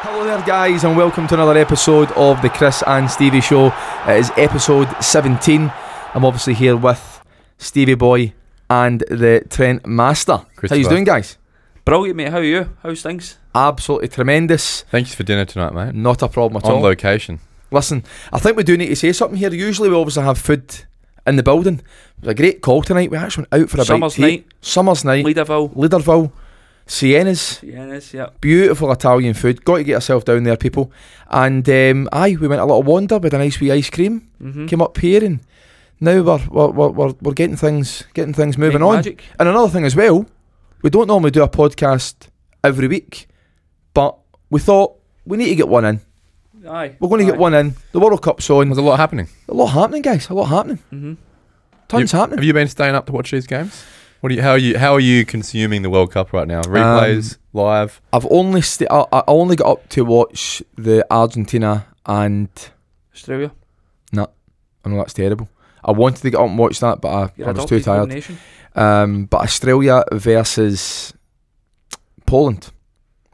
Hello there, guys, and welcome to another episode of the Chris and Stevie Show. It is episode 17. I'm obviously here with Stevie Boy and the Trent Master. How you Christopher. doing, guys? Brilliant, mate. How are you? How's things? Absolutely tremendous. Thanks for dinner tonight, mate. Not a problem at On all. location. Listen, I think we do need to say something here. Usually, we obviously have food in the building. It was a great call tonight. We actually went out for a Summer's bite to eat. night, Summer's night. Leaderville. Leaderville, Siena's. Yeah, it is, yeah. Beautiful Italian food. Got to get yourself down there, people. And um, aye, we went a little wander with a nice wee ice cream. Mm-hmm. Came up here, and now we're we're, we're, we're, we're getting things getting things moving on. Magic. And another thing as well, we don't normally do a podcast every week, but we thought we need to get one in. Aye. We're going to get one in. The World Cup's on. There's a lot happening. A lot happening, guys. A lot happening. Mm-hmm. Tons happening. Have you been staying up to watch these games? What do you, how are you how are you consuming the World Cup right now? Replays, Um, live. I've only st- I, I only got up to watch the Argentina and Australia. I know that's terrible. I wanted to get up and watch that, but I, You're I a was dog too with tired. coordination. Um, but Australia versus Poland,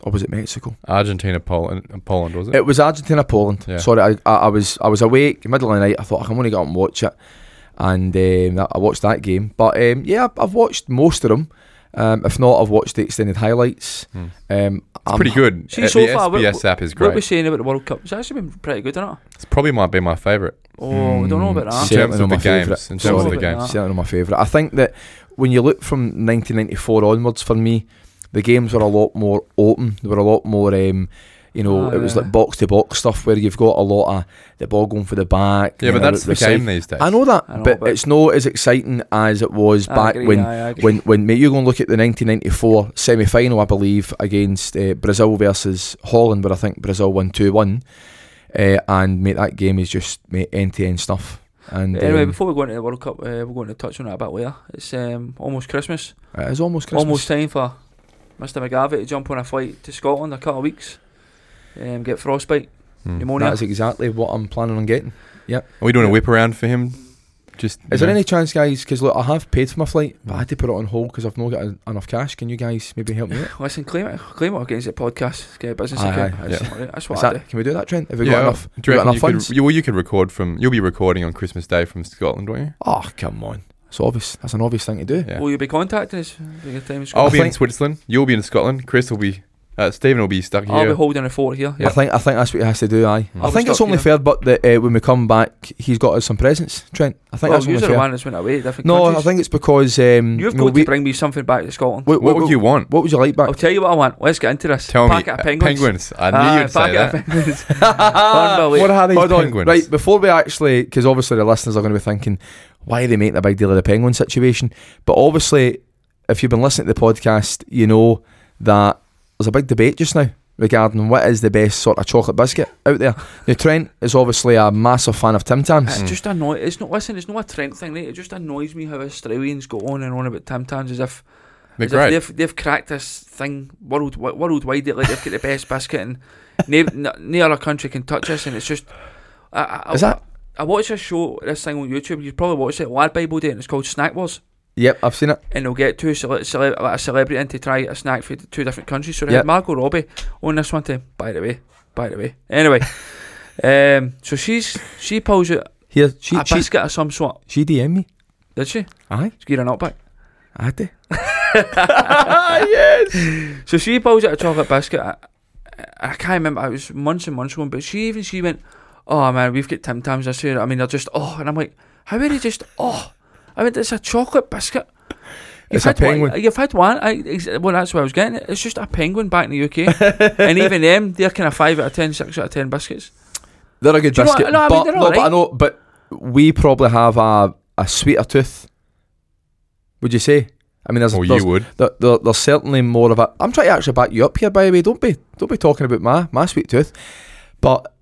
or was it Mexico? Argentina, Poland, uh, Poland was it? It was Argentina Poland. Yeah. Sorry, I, I, I was I was awake middle of the night. I thought I can only get up and watch it, and um, that- I watched that game. But um, yeah, I've- I've watched most of them. Um, if not, I've watched the extended highlights. Hmm. Um, It's pretty good. See, Uh, so the far, we- SBS app is What were we great. saying about the World Cup? It's actually been pretty good, isn't it? It's probably might be my favourite Hmm. Oh, we don't know about in that. Certainly terms not of the my games. favourite. In terms of the Sorry. games, Ah. certainly my favourite. I think that when you look from 1994 onwards, for me, the games were a lot more open. They were a lot more, um, you know, Ah, it was yeah. like box to box stuff where you've got a lot of the ball going for the back. yeah, you but know, that's the recyc- game these days. I know that, I know, but, but- it's not as exciting as it was I back agree, when. aye, I agree. When, when mate, you go and look at the 1994 semi final, I believe, against uh, Brazil versus Holland, where I think Brazil won 2 1. Uh, and, mate, that game is just end to end stuff. And Anyway, um, before we go into the World Cup, uh, we're going to touch on that a bit later. It's um, almost Christmas. It is almost Christmas. Almost time for Mr. McGarvey to jump on a flight to Scotland a couple of weeks. Um, get frostbite, Hmm. pneumonia. That is exactly what I'm planning on getting. Are we doing a whip around for him? Just Is you there know, any chance, guys? Because look, I have paid for my flight, but I had to put it on hold because I've not got en- enough cash. Can you guys maybe help me? Out? Listen, claim it, claim it against the podcast. Get a business Aye, account. aye, That's, yeah. what I- that's Is what I do. that, can we do that, Trent? Have we got enough? we Do you got reckon enough you funds? could, you, well, you could record from. You'll be recording on Christmas Day from Scotland, won't you? Oh come on! It's obvious. That's an obvious thing to do. Yeah. Will you be contacting us? when you get time in I'll Scotland? be in think- Switzerland. You'll be in Scotland. Chris will be. Uh, Stephen will be stuck I'll be here. holding a fort here. I think I think that's what he has to do. Aye, Hmm. I I'll think be it's stuck only fair, but that uh, when we come back, he's got us some presents, Trent. I think Oh, well, that's only yous are the fair. one that's went away. Different no, countries. I think it's because um, mm, you've you know, got we- to bring me something back to Scotland. What, What would you want? What would you like back? I'll tell you what I want. Let's get into this. Tell packet me, of uh, penguins. I knew Aye, you'd say packet of that. penguins. What Unbelievable. are these Hold on, penguins? right, before we actually, because obviously the listeners are going to be thinking, why are they making a big deal of the penguin situation? But obviously, if you've been listening to the podcast, you know that there's a big debate just now regarding what is the best sort of chocolate biscuit out there. Now, Trent is obviously a massive fan of Tim Tams. Mm. It just annoys. It's not. Listen, it's not a trend thing. Mate. It just annoys me how Australians go on and on about Tim Tams as if, They're as if great. they've they've cracked this thing world worldwide. Like they've got the best biscuit and no, no, no other country can touch us. And it's just. I, I, Is that? I watch a show, this thing on YouTube. You probably watched it, Lad Bible Day, and it's called Snack Wars. Yep, I've seen it. and they'll get two cele- cele- like a celebrity in to try a snack for two different countries. So they Yep. had Margot Robbie on this one time. By the way, by the way. Anyway, um, so she's she pulls out Here, she, a she, biscuit of some sort. she DM'd me. Did she? Aye, She's getting up back. I did. So she pulls out a chocolate biscuit. I, I I can't remember. It was months and months ago. But she even she went, "Oh man, we've got Tim Tams this year." I mean, they're just oh, and I'm like, how are they just oh? I mean, it's a chocolate biscuit. It's a had one- penguin. you've had one. I, ex- well, that's what I was getting. at. It's just a penguin back in the UK, and even them, they're kind of five out of ten, six out of ten biscuits. They're a good Do you know what- biscuit. no, I mean, but, they're no, but I alright. know, but we probably have a, a sweeter tooth, would you say? I mean, Oh, there's, Or there's you would. There, there, there's certainly more of a. I'm trying to actually back you up here, by the way. Don't be, don't be talking about my my sweet tooth. But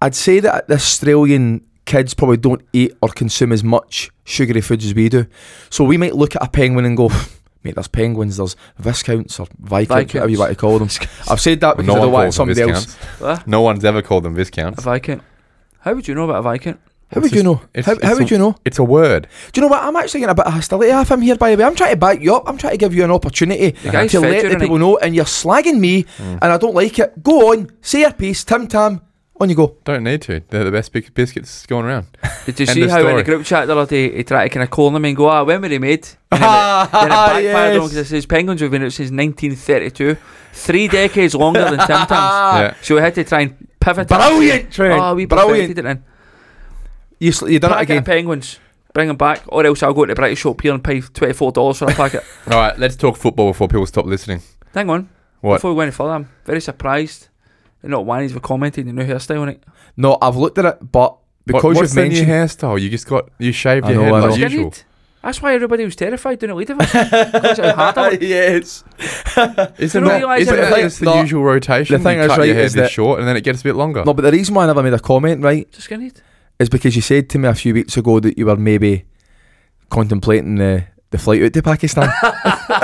I'd say that the Australian kids probably don't eat or consume as much sugary foods as we do. So we might look at a penguin and go, mate, there's penguins, there's viscounts or viscounts, whatever you Viscounts. want to call them. I've said that because I one don't want calls them somebody else. viscounts. What? No one's ever called them A viscounts. viscount. How would you know about a viscount? How It's would you just- know? it's- How, it's how a- would you know? It's a word. Do you know what? I'm actually getting a bit of hostility off him here, by the way. I'm trying to back you up. I'm trying to give you an opportunity guy's to fed let you the tonight. people know, and you're slagging me, and I don't like it. Go on, say your piece, Tim Tam. On you go. Don't need to. They're the best bis- biscuits going around. Did you End see of how in story. the group chat the other day he tried to kind of corner me and go, ah, when were they made? And then it, then it Ah, backfired on because it says Penguins have been out since 1932, three decades longer than Tim Tams. Ah, yeah. So we had to try and pivot. Brilliant, Trent. Oh, we Brilliant. perfected it then. You, sl- you done it Packet of again. Penguins, bring them back, or else I'll go to the British shop here and pay $24 for a packet. All right, let's talk football before people stop listening. Hang on. What? Before we went any further, I'm very surprised that not Wannies were commenting the new hairstyle on it. No, I've looked at it, but because what, you've what's the mentioned new hairstyle? You just got you shaved I your know, head I like know. usual. Skinhead. That's why everybody was terrified doing it lead of us. 'Cause how hard I was. yes. Isn't You don't that, realise isn't that- that just the no, usual rotation? the thing you is, cut right, your hair is this that- short and then it gets a bit longer. No, but the reason why I never made a comment, right, It's a skinhead. is because you said to me a few weeks ago that you were maybe contemplating the, the flight out to Pakistan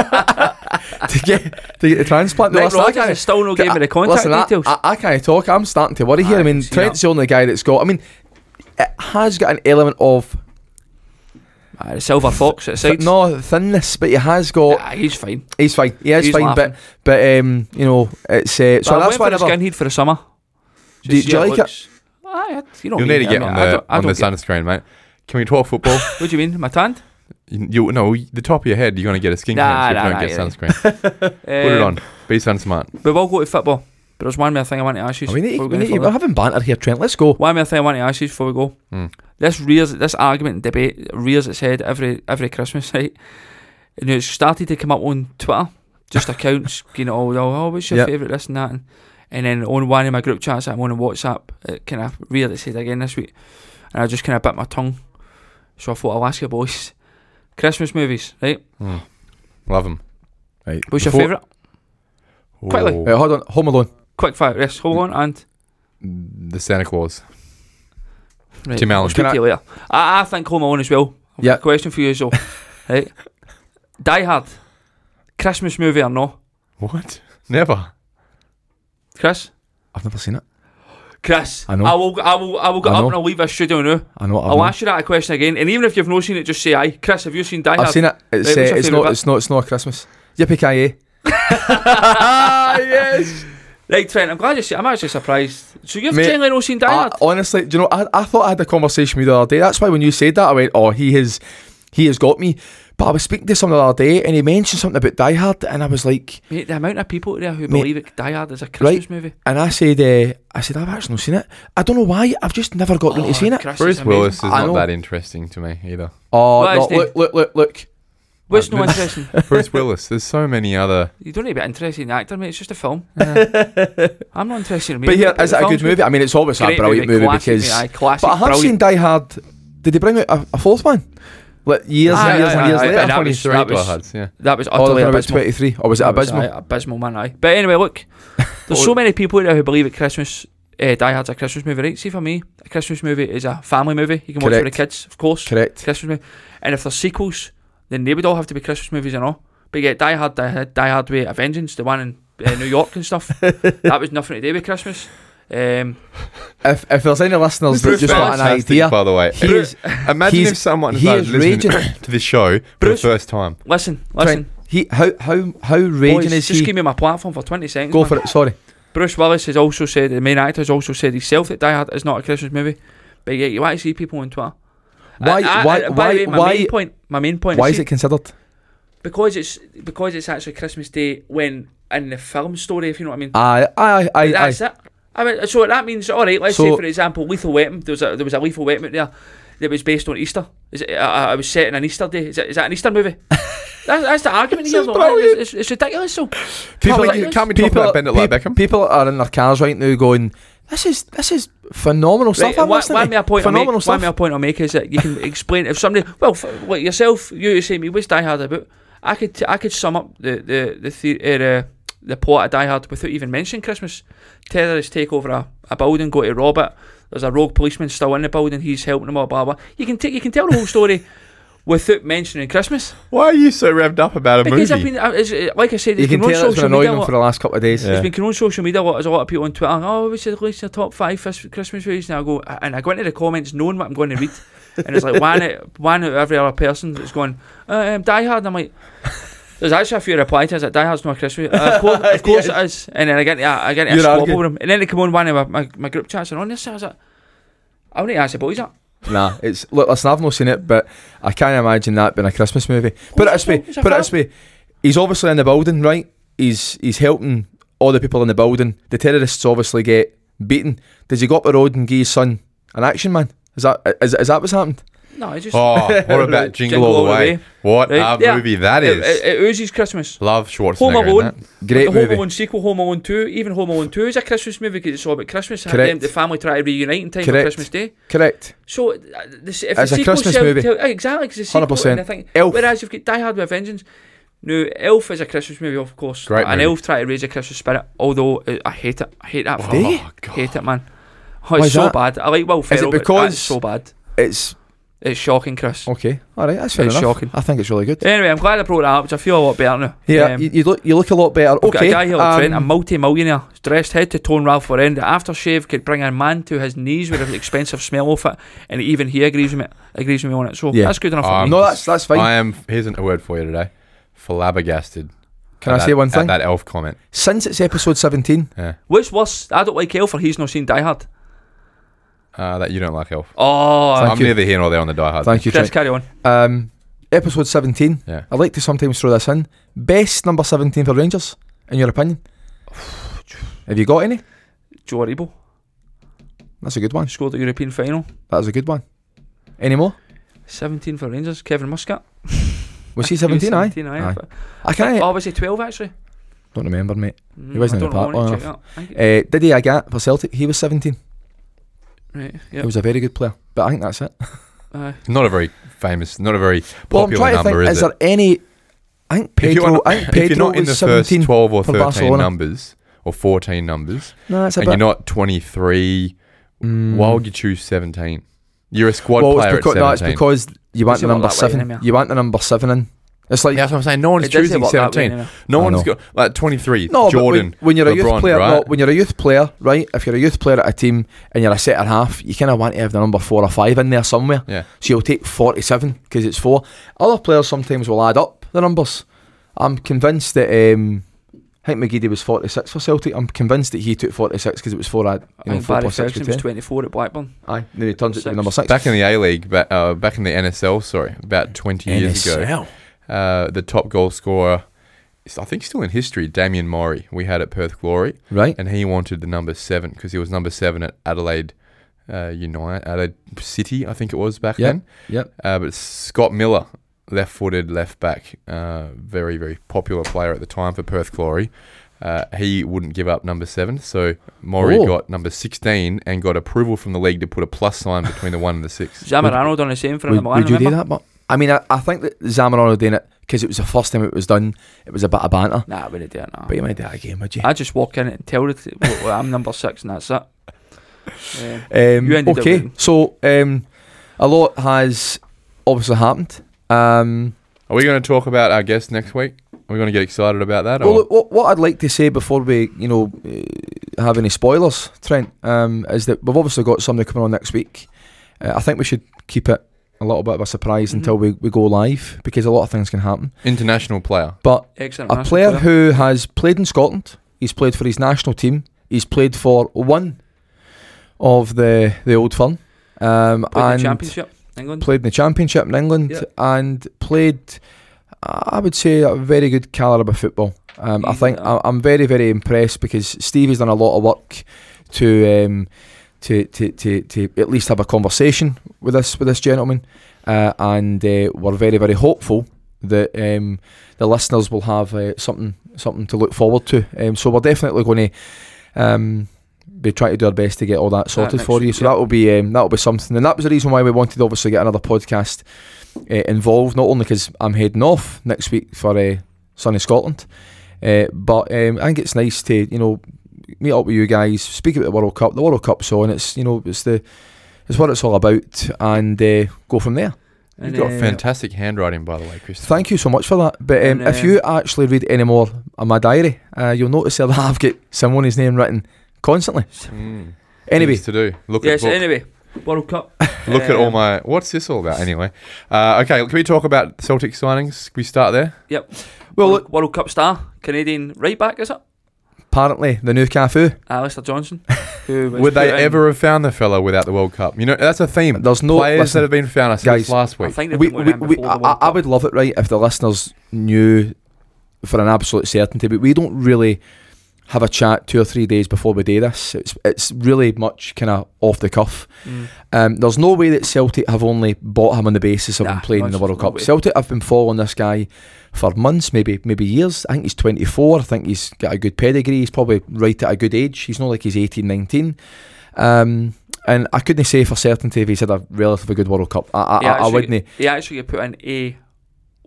to get to get the transplant. No, Nick listen, I Rogers can't- has still no gave me the contact Listen, I- details. I, I can't talk. I'm starting to worry here. I Aye, mean, see Trent's the only guy that's got. I mean, it has got an element of Aye, Ah, the silver fox at th- sides. no thinness, but he has got. Aye, he's fine. He's fine. He is He's fine, laughing. but but um, you know, it's uh, so So I that's went why I for the never. skinhead for the summer. Do you- do you like it? it? Aye, I- you know You'll me, need to I get mean, on I the don't- I on the don't get- sunscreen, mate. Can we talk football? What do you mean? My tan? you, you no, the top of your head. You're gonna get a skin Nah, cancer nah, if you nah, don't get yeah. sunscreen. Put it on. Be sun smart. We will go to football, but there's one more thing I want to ask you. we need, to- before we go any need to, further. we're having banter here, Trent. Let's go. One more thing I want to ask you before we go. Hmm. This rears this argument and debate rears its head every every Christmas, right? And it's started to come up on Twitter, just accounts, you know, oh, oh what's your Yep. favourite this and that, and, and then on one of my group chats that I'm on on WhatsApp, it kind of reared its head again this week, and I just kind of bit my tongue, so I thought I'll ask you boys, Christmas movies, right? Love them. What's Before- your favourite? Quickly. Uh, hold on, Home Alone. Quick fire, yes. Hold on, and The Santa Claus. Right. Tim Allen. I'll speak Oh, Can to I- you later. I, I think Home Alone as well. I've got Yeah. a question for you, so right. Die Hard, Christmas movie or no? What? Never. Chris, I've never seen it. Chris, I know. will, I will, I will get I up know. and I'll leave this studio now. I know. I've, I'll not- ask you that question again, and even if you've not seen it, just say aye. Chris, have you seen Die I've Hard? seen it. It's Right, what's uh, your it's favourite not bit? it's not it's not a Christmas. Yippee ki yes. Right, Trent, I'm glad you see. I'm actually surprised. So you've Mate, generally not seen Die Hard. Honestly, do you know? I, I thought I had a conversation with you the other day. That's why when you said that, I went, "Oh, he has he has got me." But I was speaking to someone the other day, and he mentioned something about Die Hard, and I was like, Mate, the amount of people there who Mate. believe it Die Hard is a Christmas movie. and I said, uh, I said, I've actually not seen it. I don't know why. I've just never got around Oh, to seeing it. Chris, Bruce it's amazing. Willis is I not know. that interesting to me either. Oh, Why no, is he- look, look, look, look. What's no Right. interesting? Bruce Willis. There's so many other. You don't need to be interested in the actor, mate. It's just a film. I'm not interested in me. But here, is it a good movie? I mean, it's obviously a brilliant movie, classic, because. mate, aye, classic, but I have seen brilliant. Die Hard. Did they bring out a, a fourth one? Like years Aye, and years aye, and years aye, later. aye, that was- that was- Bloods, yeah. that was Oh, utterly they're about abysmal. twenty three, or was it That was, abysmal? aye, abysmal, man, aye. But anyway, look, there's so many people out there who believe that Christmas, uh, Die Hard's a Christmas movie, right? See, for me, a Christmas movie is a family movie. You can watch it with the kids, of course. Correct. Christmas movie. And if there's sequels, then they would all have to be Christmas movies and all. But yeah, Die Hard, Die Hard, Die Hard with a Vengeance, the one in uh, New York and stuff, that was nothing to do with Christmas. Um, If, if there's any listeners that Bruce just got an Willis. Fantastic, idea, By the way, he is imagine he's- if someone he started is listening raging. to this show for the Bruce- first time. listen, Trent, listen. he how how how raging Boys, is just he? give me my platform for 20 seconds. Go man. for it. Sorry. Bruce Willis has also said, the main actor has also said himself that Die Hard is not a Christmas movie. But yet you actually see people on Twitter. Why- why- by why- the way, my why- main point, my main point Why is, is it considered? because it's because it's actually Christmas Day when in the film story, if you know what I mean. Aye, aye, aye, aye. That's it. I mean, so that means all right. Let's So- say, for example, Lethal Weapon. There was a, there was a Lethal Weapon out there that was based on Easter. Is it? I, I was set in an Easter day. Is, it, is that an Easter movie? that's, that's the argument This here. is though, man. brilliant. It's, it's, it's ridiculous. So Can't People we, like do- this? can't we talk about Bend It Like pe- Beckham? people are in their cars right now going, "This is this is phenomenal stuff." Right, I'm and one, listening one to. mere point phenomenal I'll make, stuff. One mere point I'll make is that you can explain if somebody, well, f- like yourself, you say me, what's Die Hard about? I could t- I could sum up the the the the, uh, the the plot of Die Hard without even mentioning Christmas. Terrorists take over a, a building, go to rob it. There's a rogue policeman still in the building. He's helping them all. Blah blah. You can take you can tell the whole story without mentioning Christmas. Why are you so revved up about a Because I've movie? been, I- it's, like I said, You it's can been on tell it's been social media. annoying a him lot. for the last couple of days. Yeah. It's been going on social media a lot. There's a lot of people on Twitter. Oh, we should release the top five fis- Christmas movies. And I go and I go into the comments knowing what I'm going to read, and it's like one out- one out of every other person that's going uh, um, Die Hard. And I'm like, there's actually a few replies to it. Like, Die Hard's not a Christmas. movie." "Uh, of course, of course it is. And then I get yeah, I get a You're squabble arguing. with them. And then they come on one of my, my, my group chats and on this. I was like, I need to ask the boys that. Nah, it's look. Listen, I've not seen it, but I can't imagine that being a Christmas movie. Put it it's this way. a- it's a Put it this way. He's obviously in the building, right? He's he's helping all the people in the building. The terrorists obviously get beaten. Does he go up the road and give his son an action man? Is that is, is that what's happened? No, it's just Oh, what about Jingle, All the Way? What Right? a Yeah. movie that it, is. it, it oozes Christmas. Love Schwarzenegger. Home in Alone. that. Great the Home movie. Alone sequel, Home Alone 2, even Home Alone 2 is a Christmas movie because it's all about Christmas. and Correct. the family try to reunite in time Correct. for Christmas Day. Correct. So uh, the, se- if It's the a sequel Christmas sell- movie. tell- uh, exactly, because it's a sequel. 100%. And I think, Elf. Whereas you've got Die Hard with a Vengeance. Now, Elf is a Christmas movie, of course. Great and movie. Elf try to raise a Christmas spirit, although uh, I hate it. I hate that Oh, film. God. hate it, man. Oh, Why it's is so that? bad. I like Will Ferrell, but because- that's so bad. It's It's shocking, Chris. okay. All right. That's fair It's enough. shocking. I think it's really good. Anyway, I'm glad I brought that up because I feel a lot better now. Yeah, Um, you, you look you look a lot better. We've Okay. got a guy here, um, Trent, a um, multi-millionaire, dressed head to toe in Ralph Lauren. The aftershave could bring a man to his knees with an expensive smell off it, and even he agrees with me. Agrees with me on it. So Yeah. that's good enough for Um, me. no, that's that's fine. I am. Here's an- a word for you today. Flabbergasted. Can at I that- say one at thing? that elf comment. Since it's episode seventeen, Yeah. What's worse? I don't like Elf, or he's not seen Die Hard. Uh, that you don't like elf. Oh, Thank I'm you. neither here nor there on the Die Hard. thank you. Chris, Trent. carry on. Um, episode 17. Yeah. I like to sometimes throw this in. Best number 17 for Rangers, in your opinion? Have you got any? Joe Aribo That's a good one. scored the European final. That was a good one. Any more? 17 for Rangers. Kevin Muscat. Was he He was 17? Aye. 17, Aye. aye. I can't. Oh, was he 12 actually? Don't remember, mate. Mm, He wasn't I in the don't know, park I wanna long check that. I think- Uh, Didi Agat for Celtic, he was 17. Right, He yeah. Eh, was a very good player, but I think that's it. Aye. Not a very famous, not a very Well, I'm popular trying to think, number, is is it? there any. I think If you're Pedro, not- I think if you're Pedro not in was the 17. first 12 or for 13 Barcelona. numbers or 14 numbers, no, that's a and you're bit. not 23, Mm. why would you choose 17? You're a squad well, it's player because, at no, it's 17. because you want Doesn't the work number that way seven. anymore. You want the number seven in. It's like yeah, that's what I'm saying. No one's It does say choosing what that way 17. anyway. No I one's know. got like 23. No, Jordan. but when, when you're a LeBron, youth player, right? well, when you're a youth player, right? If you're a youth player at a team and you're a centre half, you kind of want to have the number four or five in there somewhere. Yeah. So you'll take forty-seven because it's four. Other players sometimes will add up the numbers. I'm convinced that um, I think McGeady was forty-six for Celtic. I'm convinced that he took forty-six because it was four. Add, I you know, think four Barry plus six Ferguson was was ten. 24 at Blackburn. Aye, then he turns it to the Six. number six. Back in the A League, but uh, back in the NSL, sorry, about 20 years ago, NSL. uh, the top goal scorer, is- I think still in history, Damien Maury, we had at Perth Glory, right? and he wanted the number seven because he was number seven at Adelaide uh, United, Adelaide City, I think it was back Yep. then. Yep. Uh, but Scott Miller, left footed left back, uh, very, very popular player at the time for Perth Glory. Uh, he wouldn't give up number seven, so Maury Oh. got number 16 and got approval from the league to put a plus sign between the one and the six. Zamorano done the same for him at Would, Milan, would you do remember? that? But I mean, I, I think that Zamorano doing it because it was the first time it was done. It was a bit of banter. Nah, I wouldn't do it, nah. But you might do that again, would you? I just walk in and tell the t- well, well, I'm number six and that's it. Um, Um, You ended up okay, winning. so um, a lot has obviously happened. Um, Are we going to talk about our guest next week? Are we going to get excited about that? well, or- look, what, what I'd like to say before we, you know, uh, have any spoilers, Trent, um, is that we've obviously got somebody coming on next week. Uh, I think we should keep it a little bit of a surprise Mhm. until we, we go live because a lot of things can happen. International player. But excellent. a national player who has played in Scotland, he's played for his national team, he's played for one of the the old firm. Um, played in the and championship, England. played in the championship in England Yeah. and played I would say a very good calibre of football. Um, I Easy think enough. I, I'm very very impressed because Stevie's done a lot of work to um, to, to, to, to at least have a conversation with this with this gentleman, uh, and uh, we're very very hopeful that um, the listeners will have uh, something something to look forward to. Um, so we're definitely going to um, be trying to do our best to get all that sorted next for you. week, So yeah. that will be um, that will be something, and that was the reason why we wanted obviously get another podcast uh, involved. Not only because I'm heading off next week for uh, sunny Scotland, uh, but um, I think it's nice to you know meet up with you guys, speak about the World Cup. The World Cup's on. It's you know it's the it's what it's all about, and uh, go from there. You've And, got uh, fantastic handwriting, by the way, Chris. Thank you so much for that. But um, And, if um, you actually read any more of my diary, uh, you'll notice there that I've got Simone's name written constantly. Mm. Anyway, Things to do. Look Yeah, at so book. uh, anyway, World Cup. Look at all um, my. What's this all about anyway? Uh, okay, can we talk about Celtic signings? Can we start there? well, World, look, World Cup star, Canadian right back, is it? apparently the new Cafu. Alistair Johnson. Who was Would they put in- ever have found the fellow without the World Cup? You know, that's a theme. There's no Players listen, that have been found since guys, last I week. think they've we, been we, looking at him we, before I, the World I- I Cup. would love it, right, if the listeners knew for an absolute certainty, but we don't really have a chat two or three days before we do this. It's it's really much kind of off the cuff. Mm. Um, there's no way that Celtic have only bought him on the basis of Nah, him playing in the no, World no Cup. way. Celtic have been following this guy for months, maybe maybe years. I think he's 24. I think he's got a good pedigree. He's probably right at a good age. He's not like he's 18, 19. Um, and I couldn't say for certainty if he's had a relatively good World Cup. I, I, Yeah, I, I actually- wouldn't. e-, He actually put in a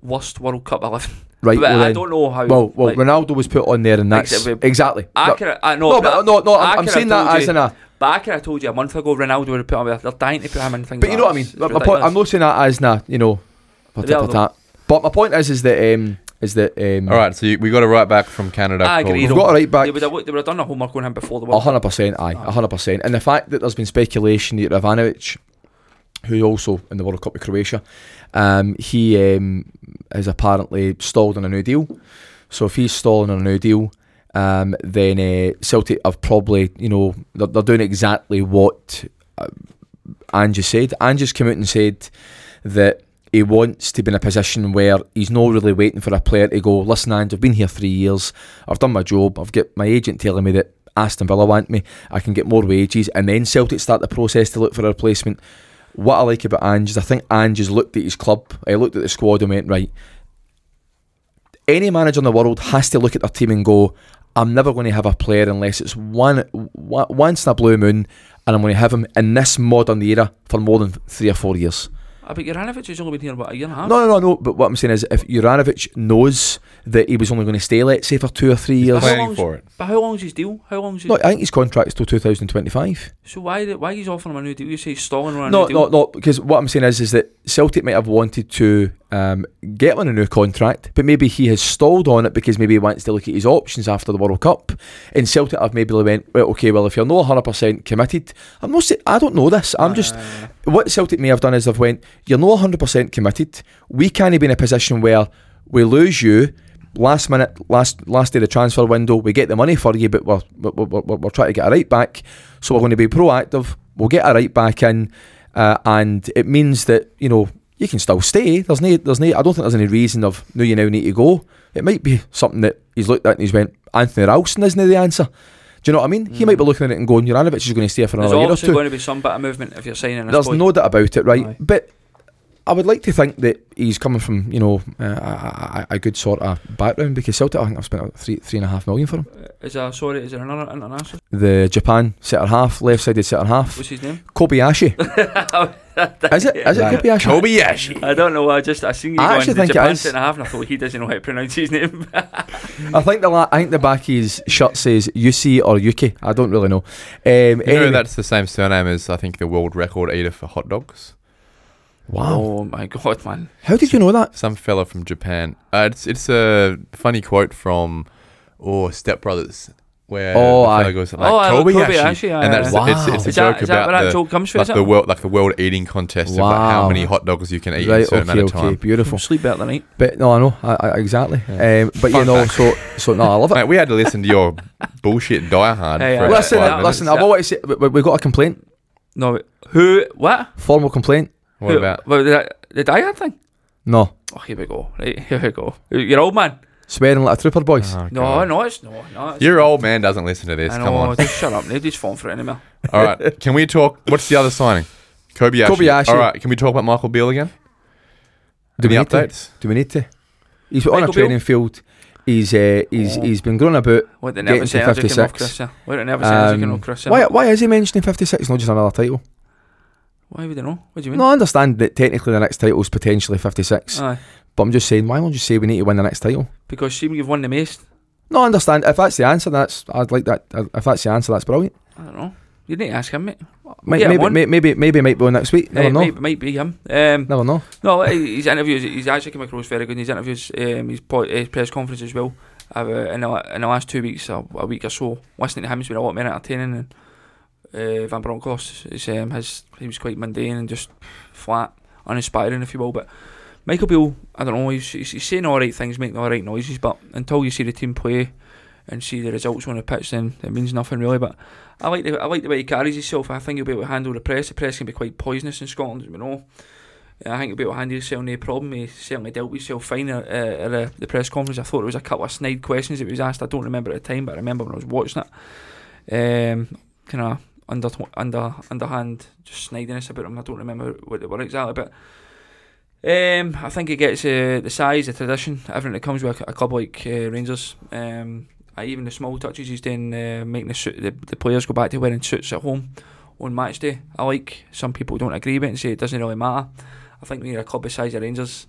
worst World Cup 11. Right, but well, I then. don't know how. well, well like, uh, Ronaldo was put on there, and that's Except we- exactly. I no, could, I know, no, but, but no, no. I I'm, I'm could've saying that told as you- in a. but I could have told you a month ago Ronaldo would have put him. They're dying to put him in things. But you like know what I that. mean. It's My, my ridiculous. point, I'm not saying that as na, you know, but, Yeah, but, that. but my point is, is that, um, is that. Um, All right, so you, we got a right back from Canada. I called- agree, We've got a right back. They would, have, they would have done a homework on him before the A World Cup. hundred percent, aye, a hundred percent. And the fact that there's been speculation that Ivanovic, who also in the World Cup with Croatia, um, he um, is apparently stalled on a new deal. So if he's stalling on a new deal, um, then uh, Celtic have probably, you know, they're, they're doing exactly what uh, Ange said. Ange's come out and said that he wants to be in a position where he's not really waiting for a player to go, listen, Ange, I've been here three years, I've done my job, I've got my agent telling me that Aston Villa want me, I can get more wages, and then Celtic start the process to look for a replacement. What I like about Ange is I think Ange has looked at his club, he looked at the squad and went, right, any manager in the world has to look at their team and go, I'm never going to have a player unless it's one, w- once in a blue moon, and I'm going to have him in this modern era for more than three or four years. Ah, but Juranovic has only been here about a year and a half. No, no, no, no. But what I'm saying is, if Juranovic knows that he was only going to stay, let's say for two or three years, playing. planning long's- for it. But how long's his deal? How long's his no, I think his contract's till 2025. So why why he's offering him a new deal? You say he's stalling on a No, new deal. no, no. Because what I'm saying is, is that Celtic might have wanted to um, get on a new contract, but maybe he has stalled on it because maybe he wants to look at his options after the World Cup. And Celtic have maybe went, well, okay, well, if you're not 100 percent committed, I'm not. Say- I don't know this. I'm just what Celtic may have done is they've went, you're not 100 percent committed. We can't be in a position where we lose you. Last minute, last last day of the transfer window, we get the money for you, but we're we're, we're, we're- we're trying to get a right back, so we're going to be proactive. We'll get a right back in, uh, and it means that you know you can still stay. There's no, there's no. I don't think there's any reason of no, you now need to go. It might be something that he's looked at and he's went, Anthony Ralston isn't the answer. Do you know what I mean? He Mm. might be looking at it and going, Juranovic is going to stay for There's another year or obviously two. going to be some bit of movement if you're signing. There's no doubt about it, right? Aye. But I would like to think that he's coming from you know uh, a, a, a good sort of background because Celtic, I think I've spent about three three and a half million for him. Is there, sorry, is there another international? The Japan centre half, left sided centre half, What's his name? Kobayashi. Is it? Is it Right. Kobayashi? Kobayashi. I don't know. I just I seen you I going actually the think it Japan is. centre half, and I thought he doesn't know how to pronounce his name. I think the la- I think the back of his shirt says UC or Yuki. I don't really know. Um, You know anyway. that's the same surname as I think the world record eater for hot dogs. Wow. oh my god, man! How did you know that? Some fella from Japan. Uh, it's it's a funny quote from oh Step Brothers Oh, where the fella aye. goes like Oh, I love Kobayashi. Kobayashi, aye, and that's aye. it's, it's a is joke that, is that about where that the, joke comes from? like is the it? world like the world eating contest of like Wow. how many hot dogs you can eat in a certain amount of time. beautiful. Sleep better than eight. But no, I know I, I, exactly. Yeah. Um, but you Fun know, fact. so so no, I love it. Mate, we had to listen to your bullshit diehard. Hey, for uh, about listen, five that- uh, minutes. listen. I've always said we, we got a complaint, No, wait, who? What? formal complaint. What who, about well, the, the diet thing? No, Oh, here we go. Right, here we go. You're old man. swearing like a trooper, boys. Oh, No, God. no, it's no, no. It's, Your old man doesn't listen to this. I Come know. on. Just shut up. Nobody's falling for it anymore. All right. Can we talk? What's the other signing? Kobayashi. Kobayashi. All right. Can we talk about Michael Beale again? do we Any need to? updates? Do we need to? He's on Michael a training Beale? field. He's uh, he's Oh. he's been growing about. What the Getting nervous to energy came off 56. Chris? yeah. What the nervous energy came Um, off Chris? yeah. Why why is he mentioning fifty six? Not just another title. Why would they know? What do you mean? No, I understand that technically the next title is potentially fifty six, Aye. but I'm just saying why won't you say we need to win the next title? Because see, you've won the most. No, I uh, understand. If that's the answer, that's I'd like that. If that's the answer, that's brilliant. I don't know. You need to ask him, mate. Might, Yeah, maybe, one- may- maybe, maybe, it might be on next week. Never Uh, know. might, might be him. Um, Never know. No, he- his interviews, he's actually come across very good in his interviews, um, his, po- his press conference as well. I've, uh, in, the, la- in the last two weeks, a, a week or so, listening to him has been a lot more entertaining than uh, Van Bronckhorst. It's, um, his, he was quite mundane and just flat, uninspiring, if you will. But Michael Beale, I don't know, he's, he's, he's saying all right things, making all right noises, but until you see the team play and see the results on the pitch, then it means nothing really. But I like the, I like the way he carries himself. I think he'll be able to handle the press. The press can be quite poisonous in Scotland, as we know. Uh, I think he'll be able to handle himself no problem. He certainly dealt with himself fine uh, at uh, the press conference. I thought there was a couple of snide questions that he was asked. I don't remember at the time, but I remember when I was watching it. Um, kind of under, under, underhand, just snidiness about him. I don't remember what they were exactly, but um, I think he gets uh, the size, the tradition, everything that comes with a, club like uh, Rangers. Um, uh, even the small touches he's doing, uh, making the, suit, the the players go back to wearing suits at home on match day. I like some people don't agree with it and say it doesn't really matter. I think when you're a club the size of Rangers,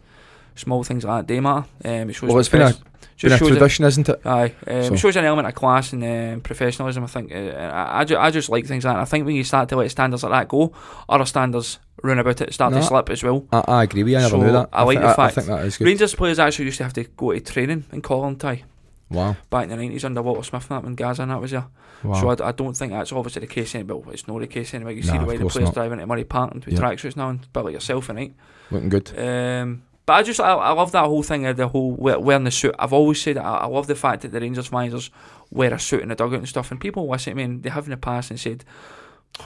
small things like that do matter. Um, it shows Well, it's been a- profes- Been just a shows it- tradition, isn't it? Aye, um, So- it shows an element of class and um, professionalism. I think uh, I, I, ju- I just like things like that. I think when you start to let standards like that go, other standards round about it start No. to slip as well. I, I agree with you. I never So, knew that. I like thi- the I, fact- think that is good. Rangers players actually used to have to go to training in Colin tie Wow. back in the nineties under Walter Smith and that when Gaza and that was there. Wow. So I, I don't think that's obviously the case anymore. Well, it's not the case anymore. You Nah, see the of way the course players not. drive into Murray Park and with Yeah. tracksuits now and bit like yourself and Looking good. Um, but I just I, I love that whole thing of the whole we- wearing the suit. I've always said that I, I love the fact that the Rangers fans wear a suit in the dugout and stuff. And people listen to me and they have in the past and said,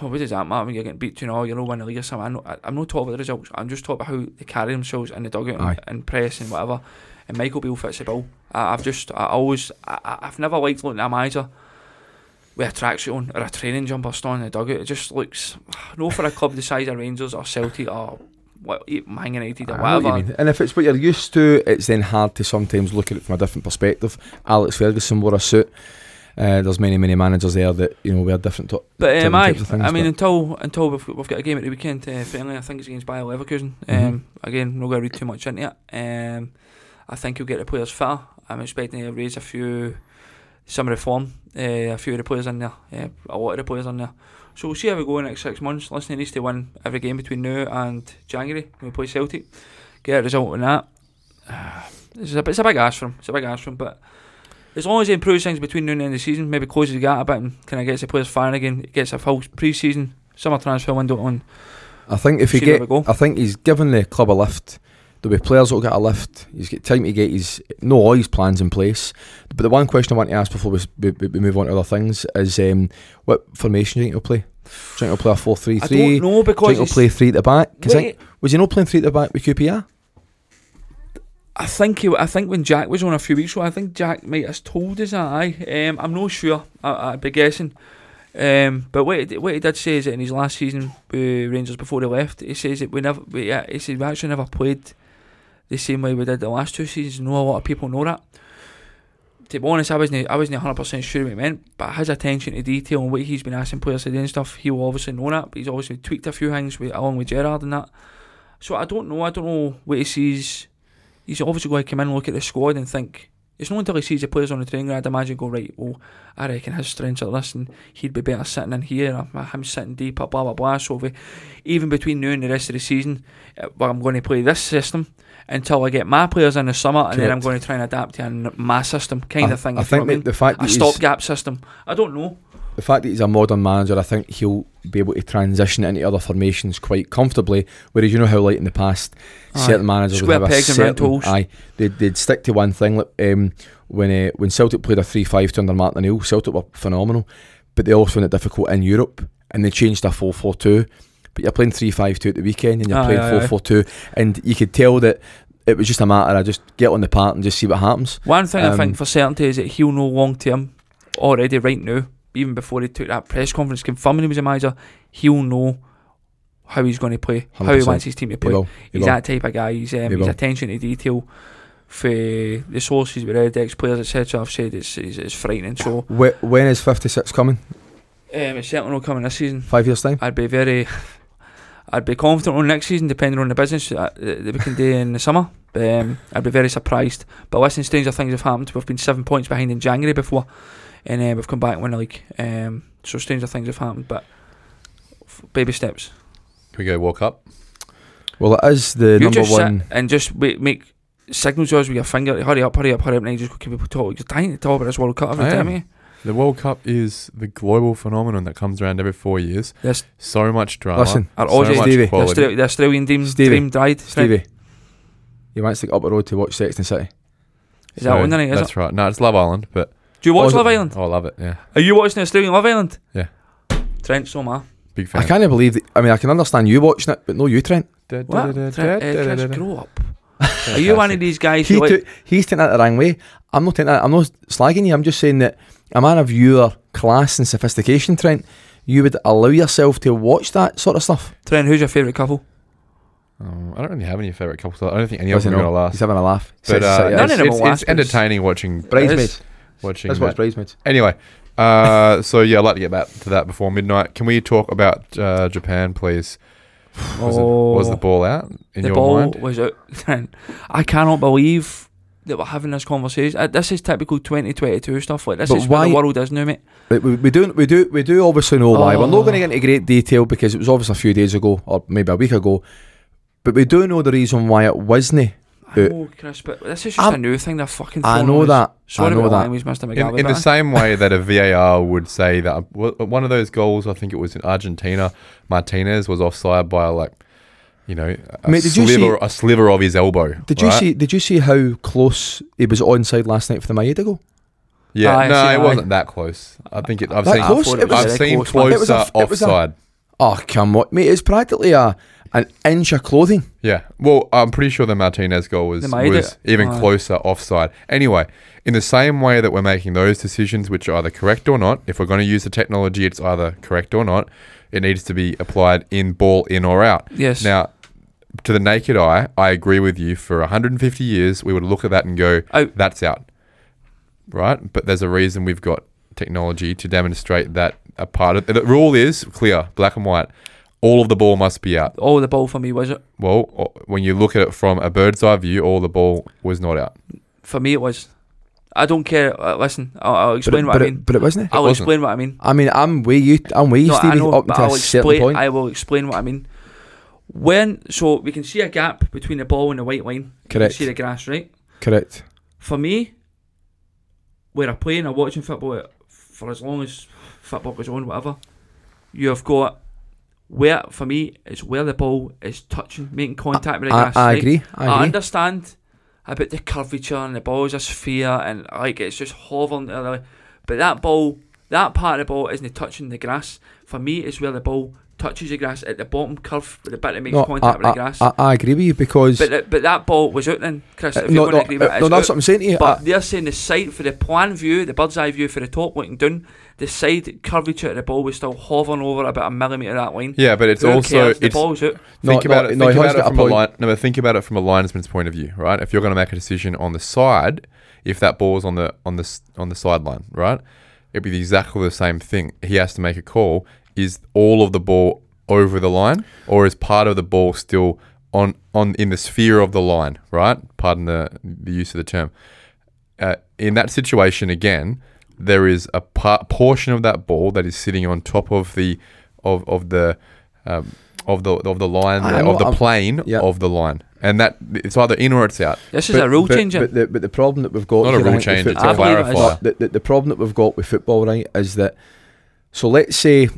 "Oh, what does that matter when you're getting beat 2 0 You're not winning the league or something." I'm not, I- I'm not talking about the results. I'm just talking about how they carry themselves in the dugout Aye. and, and press and whatever. And Michael Beale fits the bill. I, I've just I always I, I- I've never liked looking at a manager. With a tracksuit on or a training jumper standing in the dugout, it just looks no for a club the size of Rangers or Celtic or what, Man United or I know what you whatever. mean. And if it's what you're used to, it's then hard to sometimes look at it from a different perspective. Alex Ferguson wore a suit. Uh, there's many, many managers there that you know wear different. To- But um, different aye, types of things, I mean, but- until until we've, we've got a game at the weekend, uh, friendly, I think it's against Bayer Leverkusen. Um, Again, not going to read too much into it. Um, I think he'll get the players fitter. I'm expecting to raise a few, some of the form, uh, a few of the players in there, uh, a lot of the players in there. So we'll see how we go in the next six months. Listening needs to win every game between now and January when we play Celtic. Get a result on that. Uh, it's, a, it's a big ask for him. It's a big ask for him, but As long as he improves things between now and the end of the season, maybe closes the gap a bit and kind of gets the players firing again, gets a full pre-season summer transfer window on. I think if you See where get, we go. I think he's given the club a lift. There'll be players that'll get a lift. He's got time to get his no all his plans in place. But the one question I want to ask before we, s- we, we we move on to other things is um, what formation do you think he'll play? Do you think he'll play a four three I three? don't know Do you because think it's- he'll play three at the back? 'Cause I Wait. think, was he not playing three at the back with QPR? I think he, I think when Jack was on a few weeks ago, I think Jack might have told us that. Aye, um, I'm not sure. I, I'd be guessing. Um, but what he, did- what he did say is that in his last season with Rangers before he left, he says that we never, we, yeah, he said we actually never played the same way we did the last two seasons. No, a lot of people know that. To be honest, I wasn't, I wasn't 100 percent sure what he meant, but his attention to detail and what he's been asking players to do and stuff, he will obviously know that. But he's obviously tweaked a few things with, along with Gerard and that. So I don't know. I don't know what he sees he's obviously going to come in and look at the squad and think it's not until he sees the players on the training ground I'd imagine go right well I reckon his strengths are this and he'd be better sitting in here or him sitting deeper blah blah blah so we, even between now and the rest of the season uh, well, I'm going to play this system until I get my players in the summer and then I'm Correct. going to try and adapt to an- my system kind I, of thing I if you know think what I that mean. the fact a that he's- stopgap system I don't know The fact that he's a modern manager, I think he'll be able to transition into other formations quite comfortably. Whereas you know how, like in the past, certain managers Square would have pegs a and round certain- holes. Aye, they'd, they'd stick to one thing. Like, um, when uh, when Celtic played a three-five under Martin O'Neill, Celtic were phenomenal, but they also found it difficult in Europe, and they changed to four-four-two. But you're playing three-five-two at the weekend, and you're Aye, playing aye, aye. four-four-two, and you could tell that it was just a matter of just get on the part and just see what happens. One thing I Um, think for certainty is that he'll know long term already right now, even before he took that press conference confirming he was a manager, he'll know how he's going to play, how he 100%. wants his team to He play. will, he he's will. that type of guy. He's, um, He his will. attention to detail for the sources we read, ex players, etc. I've said it's, it's, it's frightening. So uh, um, Wh- when is fifty-six coming? it's certainly not coming this season. Five years time. I'd be very, I'd be confident on next season, depending on the business uh, that we can do in the summer. Um, I'd be very surprised. But listen, stranger things have happened. We've been seven points behind in January before, and uh, we've come back and won the league. Um, so stranger things have happened. But f- baby steps. Can we go walk up? Well, it is the you number just one. sit and just wait, make signals to us with your finger. like, Hurry up, hurry up, hurry up. And then you just go, keep people talk. You're dying to talk about this World Cup every I time. am. eh? The World Cup is the global phenomenon that comes around every four years. Yes. So much drama. Listen, Our so Aussie- much Stevie, The, quality. Austra- the Australian dream, Stevie. dream died. Stevie. He wants to go up the road to watch Sexton City. Is that one, innit, is That's right. No, it's Love Island, but Do you watch Aussie- Love Island? oh, I love it. Yeah, Are you watching the Australian Love Island? Yeah. Trent, so ma. big I fan. can't believe that. I mean, I can understand you watching it, but no, you, Trent. Da- da- What? da- da- Trent, uh, da- da- da- Trent, da- grow up. Are you one of these guys He who like, took, he's taking that the wrong way. I'm not taking that. I'm not slagging you. I'm just saying that a man of your class and sophistication, Trent, you would allow yourself to watch that sort of stuff. Trent, who's your favourite couple? Um, I don't really have any favorite couples. so I don't think any of Listen, them are no, gonna last. He's having a laugh. But Sexton uh, City None is- it's, of them it's, will it's last, but it's- entertaining watching Bridesmaids. watching. Let's watch that. Bridesmaids. Anyway, uh, so yeah, I'd like to get back to that before midnight. Can we talk about uh, Japan, please? Was, it- was the ball out in Oh, the your ball mind? was out. Trent, I cannot believe that we're having this conversation. Uh, this is typical 2022 stuff. Like this But is where the why- world is now, mate. Like, we, we do we do we do obviously know why. We're Oh. not going to get into great detail because it was obviously a few days ago or maybe a week ago. But we do know the reason why it wasn't. I Who- know, Chris, but this is just I'm- a new thing. They're fucking. I throwing know on us. that. Sorry I know about the that. language, Mr. In, McGarvey. in but the same way that a VAR would say that w- one of those goals, I think it was in Argentina, Martinez was offside by like, you know, a, Mate, did you sliver, see- a sliver of his elbow. Did you right? see? Did you see how close it was onside last night for the Maeda goal? Yeah, Aye, I no, see, it aye. wasn't that close. I think it, I've That seen. close? I thought It was- I've very seen close, man. It was closer a- it was a- offside. Oh come on, mate! It's practically a an inch of clothing. Yeah. Well, I'm pretty sure the Martinez goal was, They made was it. even Oh. closer offside. Anyway, in the same way that we're making those decisions, which are either correct or not, if we're going to use the technology, it's either correct or not. It needs to be applied in ball in or out. Yes. Now, to the naked eye, I agree with you. For 150 years, we would look at that and go, Out. that's out. Right? But there's a reason we've got technology to demonstrate that a part of the rule is clear, black and white. All of the ball must be out. oh, the ball for me was it? Well, o- when you look at it from a bird's eye view, all the ball was not out. For me, it was. I don't care. Uh, listen, I'll, I'll But it, explain what but, I it, mean. but it wasn't. It? I'll wasn't. explain what I mean. I mean, I'm with you. I'm with you, No, I Stevie. know, up but until I'll a certain explain, point. I will explain what I mean. When so we can see a gap between the ball and the white line. You can Correct. see the grass, right? Correct. For me, where I play and I'm watching football for as long as football goes on, whatever, you have got where for me it's where the ball is touching, making contact with the I, grass. I right? Oh, agree. I agree. understand about the curvature and the ball is a sphere and like it's just hovering the other way. But that ball, that part of the ball isn't touching the grass. For me, it's where the ball touches the grass at the bottom curve with the bit that makes No, contact with I, the I, grass. I, I agree with you because but, the, but that ball was out then, Chris. uh, If no, you're going no, to agree with uh, it, no, it's that's out. what I'm saying to you. But I- they're saying the side for the plan view, the bird's eye view for the top looking down, the side curvature of the ball was still hovering over about a millimetre that line. Yeah, but it's Who also cares? the it's, ball's out. No, think no, about it. no, Think he has about it got a from a point. line. No, but think about it from a linesman's point of view, right? If you're going to make a decision on the side, if that ball's on the on the s- on the sideline, right, it'd be exactly the same thing. He has to make a call: is all of the ball over the line, or is part of the ball still on on in the sphere of the line? Right? Pardon the the use of the term. uh, in that situation again, there is a par- portion of that ball that is sitting on top of the of of the um, of the of the line I there, know, of the I'm- plane yeah. of the line, and that it's either in or it's out. This is a rule but, changer. But the, but the problem that we've got Not a here, I rule think, with change; it's a football- I believe it is. clarifier. the, the, the problem that we've got with football, right, is that. So let's say,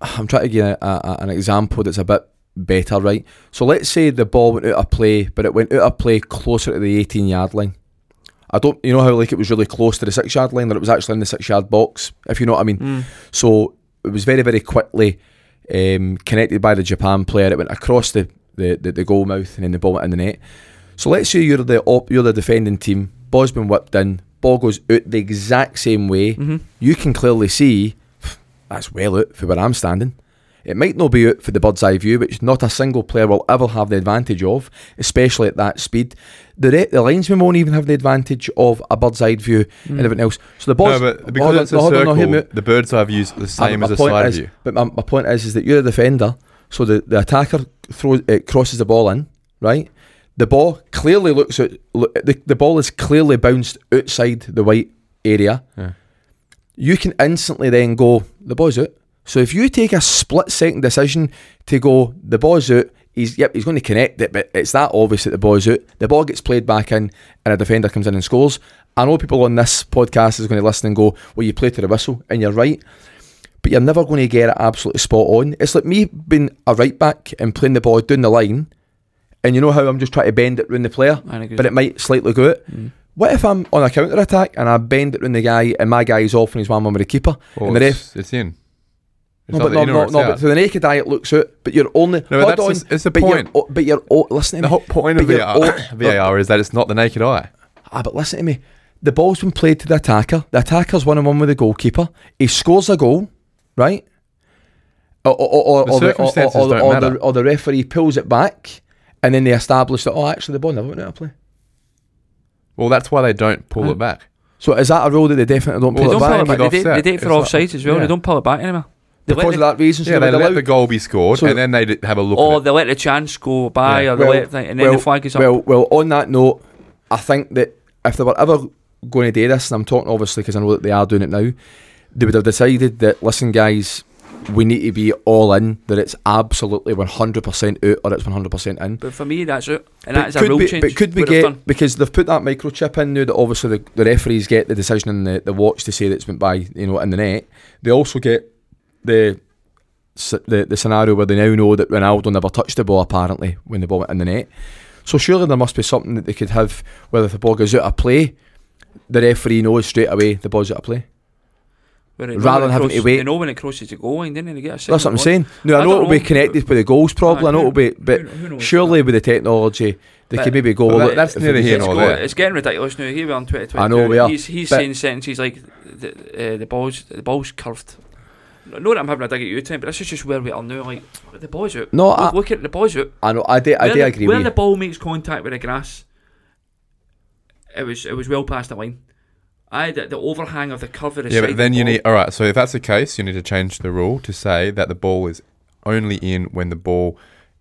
I'm trying to give a, a, an example that's a bit better, right? So let's say the ball went out of play, but it went out of play closer to the 18 yard line. I don't, you know how like it was really close to the six yard line, or it was actually in the six yard box, if you know what I mean. Mm. So it was very, very quickly um, connected by the Japan player. It went across the, the, the, the goal mouth and then the ball went in the net. So let's say you're the op- you're the defending team. Ball's been whipped in. Ball goes out the exact same way. You can clearly see that's well out for where I'm standing. It might not be out for the bird's eye view, which not a single player will ever have the advantage of, especially at that speed. The re- the linesman won't even have the advantage of a bird's eye view and everything else. So the No, ball's but hold because on, it's a no, hold on, no, circle, hear me out. the bird's eye view is the same My- as my a point side is, view. But my, my point is, is that you're a defender, so the, the attacker throws it crosses the ball in, right? The ball clearly looks out. Look, the, the ball is clearly bounced outside the white area. Yeah. You can instantly then go, the ball's out. So if you take a split second decision to go, the ball's out, he's yep, he's going to connect it, but it's that obvious that the ball's out. The ball gets played back in, and a defender comes in and scores. I know people on this podcast is going to listen and go, well, you play to the whistle, and you're right. But you're never going to get it absolutely spot on. It's like me being a right back and playing the ball down the line, and you know how I'm just trying to bend it round the player, I agree. but it might slightly go out. Mm. What if I'm on a counter attack and I bend it round the guy and my guy is off and he's one on with the keeper? Well, and the ref Oh, it's, it's in. It's no, but either no, in or no, it's no out. but to the naked eye it looks out, but you're only. No, but hold that's on, the s- it's the but point. You're, o- but you're o- listen to me. the whole point of but you're VAR, all- VAR is that it's not the naked eye. Ah, but listen to me. The ball's been played to the attacker. The attacker's one on one with the goalkeeper. He scores a goal, right? Or, or, or, or, The the, or, or, circumstances or, the- don't or, the, matter. or the referee pulls it back, and then they establish that oh, actually the ball never went out of play. Well, that's why they don't pull Huh? it back. So is that a rule that they definitely don't Well, pull they it don't back? pull back. it back. They, With did- they offset, did it for it's like- offsides as well. yeah. They don't pull it back anymore. They because let of the, that reason, so Yeah, they would let allow- the goal be scored, So- and then they d- have a look or at it. they let the chance go by, Yeah. or they Well- let it, and then well- the flag is up. Well, well, on that note, I think that if they were ever going to do this, and I'm talking obviously because I know that they are doing it now, they would have decided that listen, guys, we need to be all in. That it's absolutely 100 percent out or it's 100 percent in. but for me, that's it. But And that is a could rule we- change. But could we would have get done. because they've put that microchip in now that obviously the, the referees get the decision and the, the watch to say that it's been by you know in the net. They also get the s- the the scenario where they now know that Ronaldo never touched the ball apparently when the ball went in the net. So surely there must be something that they could have whether the ball goes out of play, the referee knows straight away the ball's out of play. Where it- rather when than it having to crosses- wait- They know when it crosses the goal line, didn't they? They get a That's what I'm signal saying. No, I, I know don't it'll be know. Uh, connected with the goals probably. I know who- it'll be, on. but Who- who knows? surely with the technology they But- could maybe go. But well, that- that's if neither it's- here It's, nor going- there. it's getting ridiculous now. Here we are on Twitter. I know we are, He's, he's but- saying sentences like the the, uh, the balls the balls curved. No, no that I'm having a dig at you, Tim, but this is just where we are now. Like the balls out. No, look, I- look at the balls out. I know. I do. I where do the, agree Where with the you. ball makes contact with the grass, it was it was well past the line. I the, the overhang of the cover. Yeah, but then you need. All right, so if that's the case, you need to change the rule to say that the ball is only in when the ball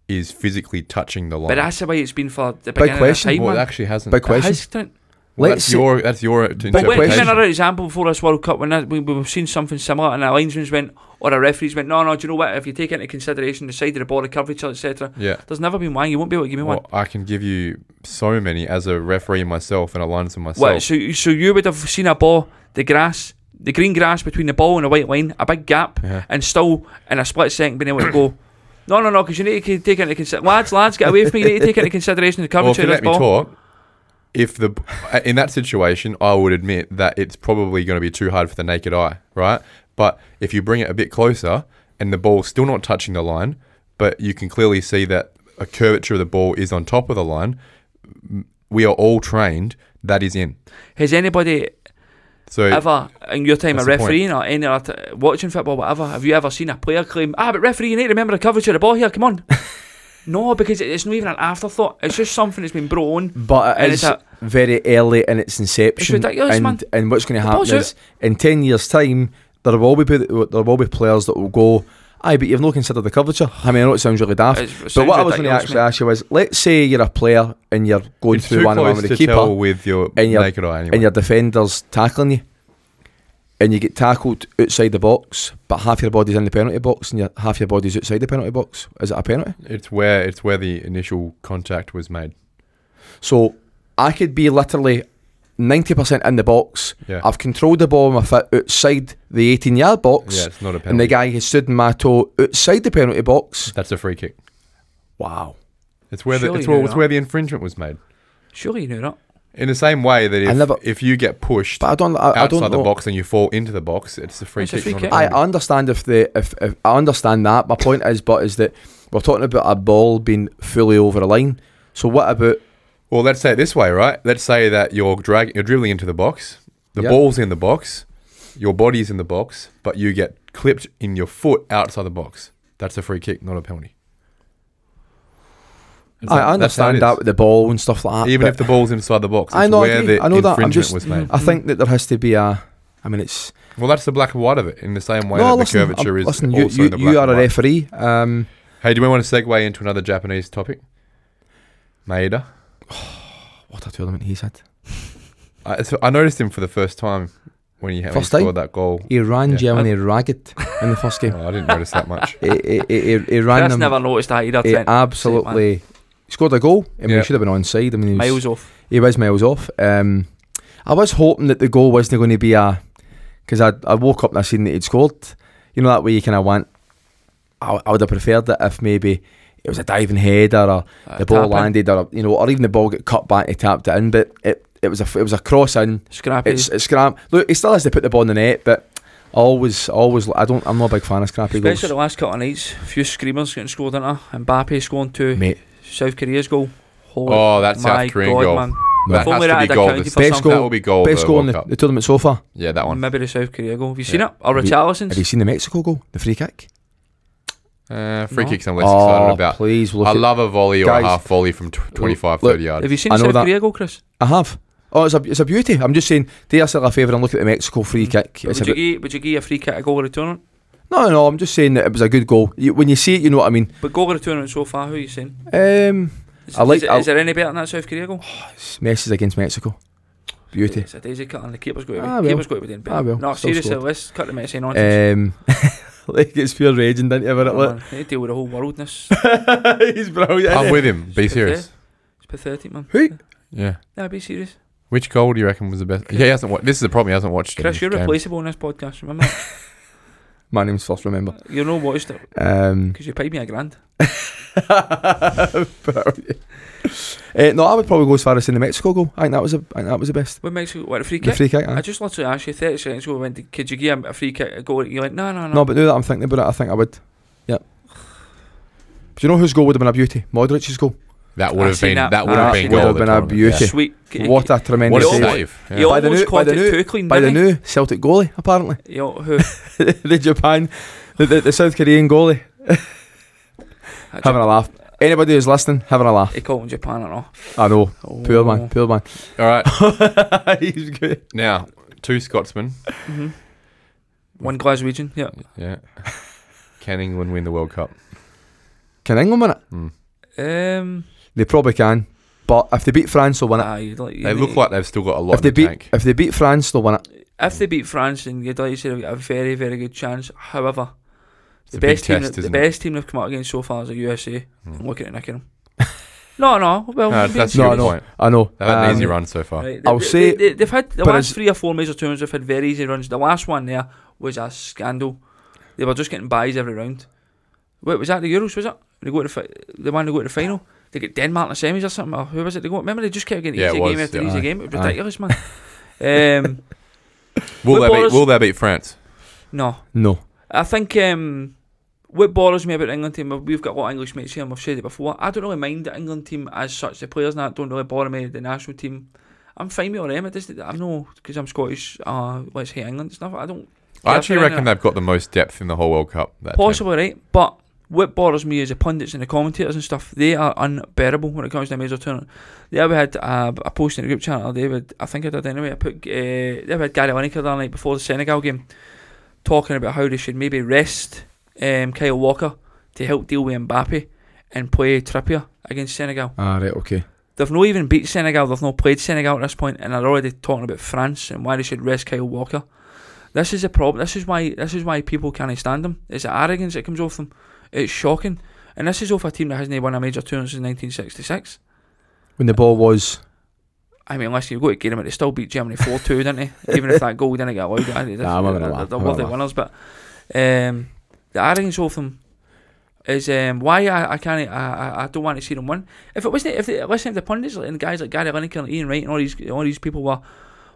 is physically touching the line. But that's the way it's been for the beginning question, of time, well, man. it actually hasn't. Big It question. has done- Well, Let's that's see- your that's your interpretation. Well, question. Give me another example before this World Cup when that, we, we've seen something similar and the linesman's went or the referees went, no, no, do you know what? If you take into consideration the side of the ball, the curvature, etc., Yeah. there's never been one. You won't be able to give me one. Well, I can give you so many as a referee myself and a linesman myself. What, so, you- so you would have seen a ball, the grass, the green grass between the ball and the white line, a big gap, Yeah. and still in a split second being able to go, no, no, no, because you need to take into consideration, lads, lads, get away from me. You need to take into consideration the Well, if curvature you of this let me ball. talk, if the uh, in that situation, I would admit that it's probably going to be too hard for the naked eye, right? But if you bring it a bit closer and the ball's still not touching the line, but you can clearly see that a curvature of the ball is on top of the line, m- we are all trained that is in. Has anybody So ever in your time a That's the point. refereeing or any other t- watching football, whatever, have you ever seen a player claim, ah, but referee, you need to remember the coverage of the ball here, come on? no, because it- it's not even an afterthought. It's just something that's been brought on. But it And is it's a- very early in its inception. ridiculous, and, man. and what's going to The happen ball's out. is in ten years' time there will be there will be players that will go. Aye, but you've not considered the curvature. I mean, I know it sounds really daft. It's- it but sounds what I was going to ridiculous, actually mate. ask you is, let's say you're a player and you're going it's through too one on one close with to the keeper, tell with your and your- naked eye. Anyway. and your defender's tackling you, and you get tackled outside the box, but half your body's in the penalty box, and your, half your body's outside the penalty box. Is it a penalty? it's where it's where the initial contact was made. So I could be literally 90% in the box. Yeah, I've controlled the ball with my foot outside the 18 yard box. yeah, it's not a penalty. and the guy has stood in my toe outside the penalty box. That's a free kick. Wow. It's where the, Surely it's, you where, know it's that. where the infringement was made. Surely you knew that. In the same way that I if, never- if you get pushed But I don't. I, I outside don't the know. box and you fall into the box, it's a free It's a kick. free not kick. I, penalty. I understand if the if, if I understand that. My point is, but is that we're talking about a ball being fully over a line. So what about well, let's say it this way, right? Let's say that you're drag, you're dribbling into the box. The Yeah. ball's in the box, your body's in the box, but you get clipped in your foot outside the box. That's a free kick, not a penalty. It's I like- that's how it understand is. that with the ball and stuff like that. Even but if the ball's inside the box, I it's know, I where agree. the I know that. I'm infringement just- was made. I think that there has to be a. I mean, it's Well, that's the black and white of it. In the same way no. that Listen, the curvature I'm- is listen. You, also you, the black you are and a white. referee. Um, Hey, do we want to segue into another Japanese topic? Maeda. what a tournament he's had. I, so I noticed him for the first time when he, when he First time? scored that goal. He ran Yeah. Germany ragged. in the first game. Oh, I didn't notice that much. He, he, he, he- he ran Chris them. never noticed that either. he Trent. absolutely scored a goal. I mean, Yeah. he should have been onside. I mean, he was, Miles off. he was miles off. Um, I was hoping that the goal wasn't going to be a because I I woke up and I seen that he'd scored. You know that way you kind of went. I, I would have preferred that if maybe it was a diving header or Uh, the ball tapping, landed or you know or even the ball get cut back and he tapped it in. But it it was a it was a cross in. Scrappy. It's it's scram. Look, he still has to put the ball in the net, but. I Always, I always. I don't. I'm not a big fan of scrappy Especially the goals, last couple of nights. A few screamers getting scored in there. Mbappe scoring two. mate. South Korea's goal. Holy Oh, that's my South Korean God, goal. man. That If only has to that had be a goal. county This- for Best something. goal- That will be goal. Best of goal in World the, Cup. the tournament so far. Yeah, that one. Maybe the South Korea goal. Have you seen Yeah. it? Or Have you- Richarlison's? Have you seen the Mexico goal, the free kick? Uh, free No. kicks I'm less excited about. please Oh, look. I at- love a volley or Guys, a half volley from tw- 25, look, 30 yards. Have you seen I the know South that- Korea goal, Chris? I have. Oh, it's a it's a beauty. I'm just saying, do yourself a favour and look at the Mexico free kick. It's Mm-hmm. Would a you, bit- give, would you give a free kick a goal of the tournament? no, no. I'm just saying that it was a good goal. You, when you see it, you know what I mean. But goal of the tournament so far, who are you saying? Um, Is, I like- is, I- is there any better than that South Korea goal? Messi's against Mexico, beauty. It's a daisy cut and the keeper's got to be, Ah, well. keeper's got to be doing better. Ah, well. No, Still seriously, scored. let's cut the Messi nonsense. Um, like it's pure raging, didn't you? About it, Oh, look. man, they deal with the whole world in this. He's brilliant. I'm with him. Be It's serious. It's pathetic, man. Who? Yeah. Nah, be serious. Which goal do you reckon was the best? Yeah, he hasn't. Wa- this is the problem. He hasn't watched. Chris, any you're games. replaceable in this podcast, remember? that? My name's first. Remember. You're no watched it Um, because you paid me a grand. brilliant. Uh, no, I would probably go as far as saying the Mexico goal. I think that was a, I think that was the best. What makes you what a free The kick? free kick. aye. I just literally asked you 30 seconds ago, we went, to, could you give him a free kick a goal? You're like, no, no, no. No, but now that I'm thinking about it, I think I would. Yeah. Do you know whose goal would have been a beauty? Modric's goal. That would I've have seen been. that. That, would That have been. would goal have of the Ah, been a tournament. beauty. Yeah. Sweet. What a What tremendous a He almost- save! He Yeah. By almost the new- caught by the it new- too clean, by the didn't new Celtic goalie, apparently. he? You know, who? the Japan, the, the, the South Korean goalie. Having a laugh. Anybody who's listening, having a laugh. He caught in Japan, I know. I know. Oh. Poor man, poor man. All right. He's good. Now, two Scotsmen. Mhm. One Glaswegian, yeah. Yeah. Can England win the World Cup? Hmm. Can England win it? Um, They probably can. But if they beat France, they'll win it. ah, you'd like, They look like they've still got a lot If in they the beat tank. if they beat France, they'll win it. if they beat France, and you'd like to say they've got a very, very good chance. However, It's the a big best team, test, that, the isn't it? best team they've come out against so far is the USA. Hmm. I'm looking at nicking them. no, no. Well, No, being that's No, your no. point. I know. They've had an Um, easy run so far. Right, I'll they, say- they, have had the but last it's- three or four major tournaments. They've had very easy runs. The last one there was a scandal. They were just getting buys every round. Wait, was that the Euros? Was it? They go to the, fi- the one they go to the final. They get Denmark in the semis or something. Or who was it? They go. Remember they just kept getting Yeah, it easy was, game after yeah. easy Aye, game. It was aye. ridiculous, man. um, Will What they Boris- beat? Will they beat France? no, No. I think um, what bothers me about the England team, we've got a lot of English mates here, and we've said it before. I don't really mind the England team as such. The players and that don't really bother me. The national team, I'm fine with all them. I just, I'm no because I'm Scottish. Uh, let's hate England and stuff. I don't I Yeah, actually fair reckon enough. they've got the most depth in the whole World Cup. That team. possibly right, but what bothers me is the pundits and the commentators and stuff. They are unbearable when it comes to a major tournament. The other had uh, a post in the group channel. They would, I think I did anyway. I put uh, they had Gary Lineker the other night before the Senegal game, talking about how they should maybe rest um, Kyle Walker to help deal with Mbappe and play Trippier against Senegal. Ah, right, okay. They've not even beat Senegal. They've not played Senegal at this point, and they're already talking about France and why they should rest Kyle Walker. This is a problem. This is why. This is why people can't stand them. It's the arrogance that comes off them. It's shocking, and this is off a team that hasn't won a major tournament since 1966. When the ball was I mean, unless you go to get them, they still beat Germany 4 2, didn't they? Even if that goal didn't get allowed, I- Nah, I'm having a they're- laugh, they're I'm having a worthy laugh. winners. But um, the arrogance of them is um, why I, I can't. I, I- I don't want to see them win. If it wasn't, if they, listen, if the pundits like, and guys like Gary Lineker and Ian Wright and all these all these people were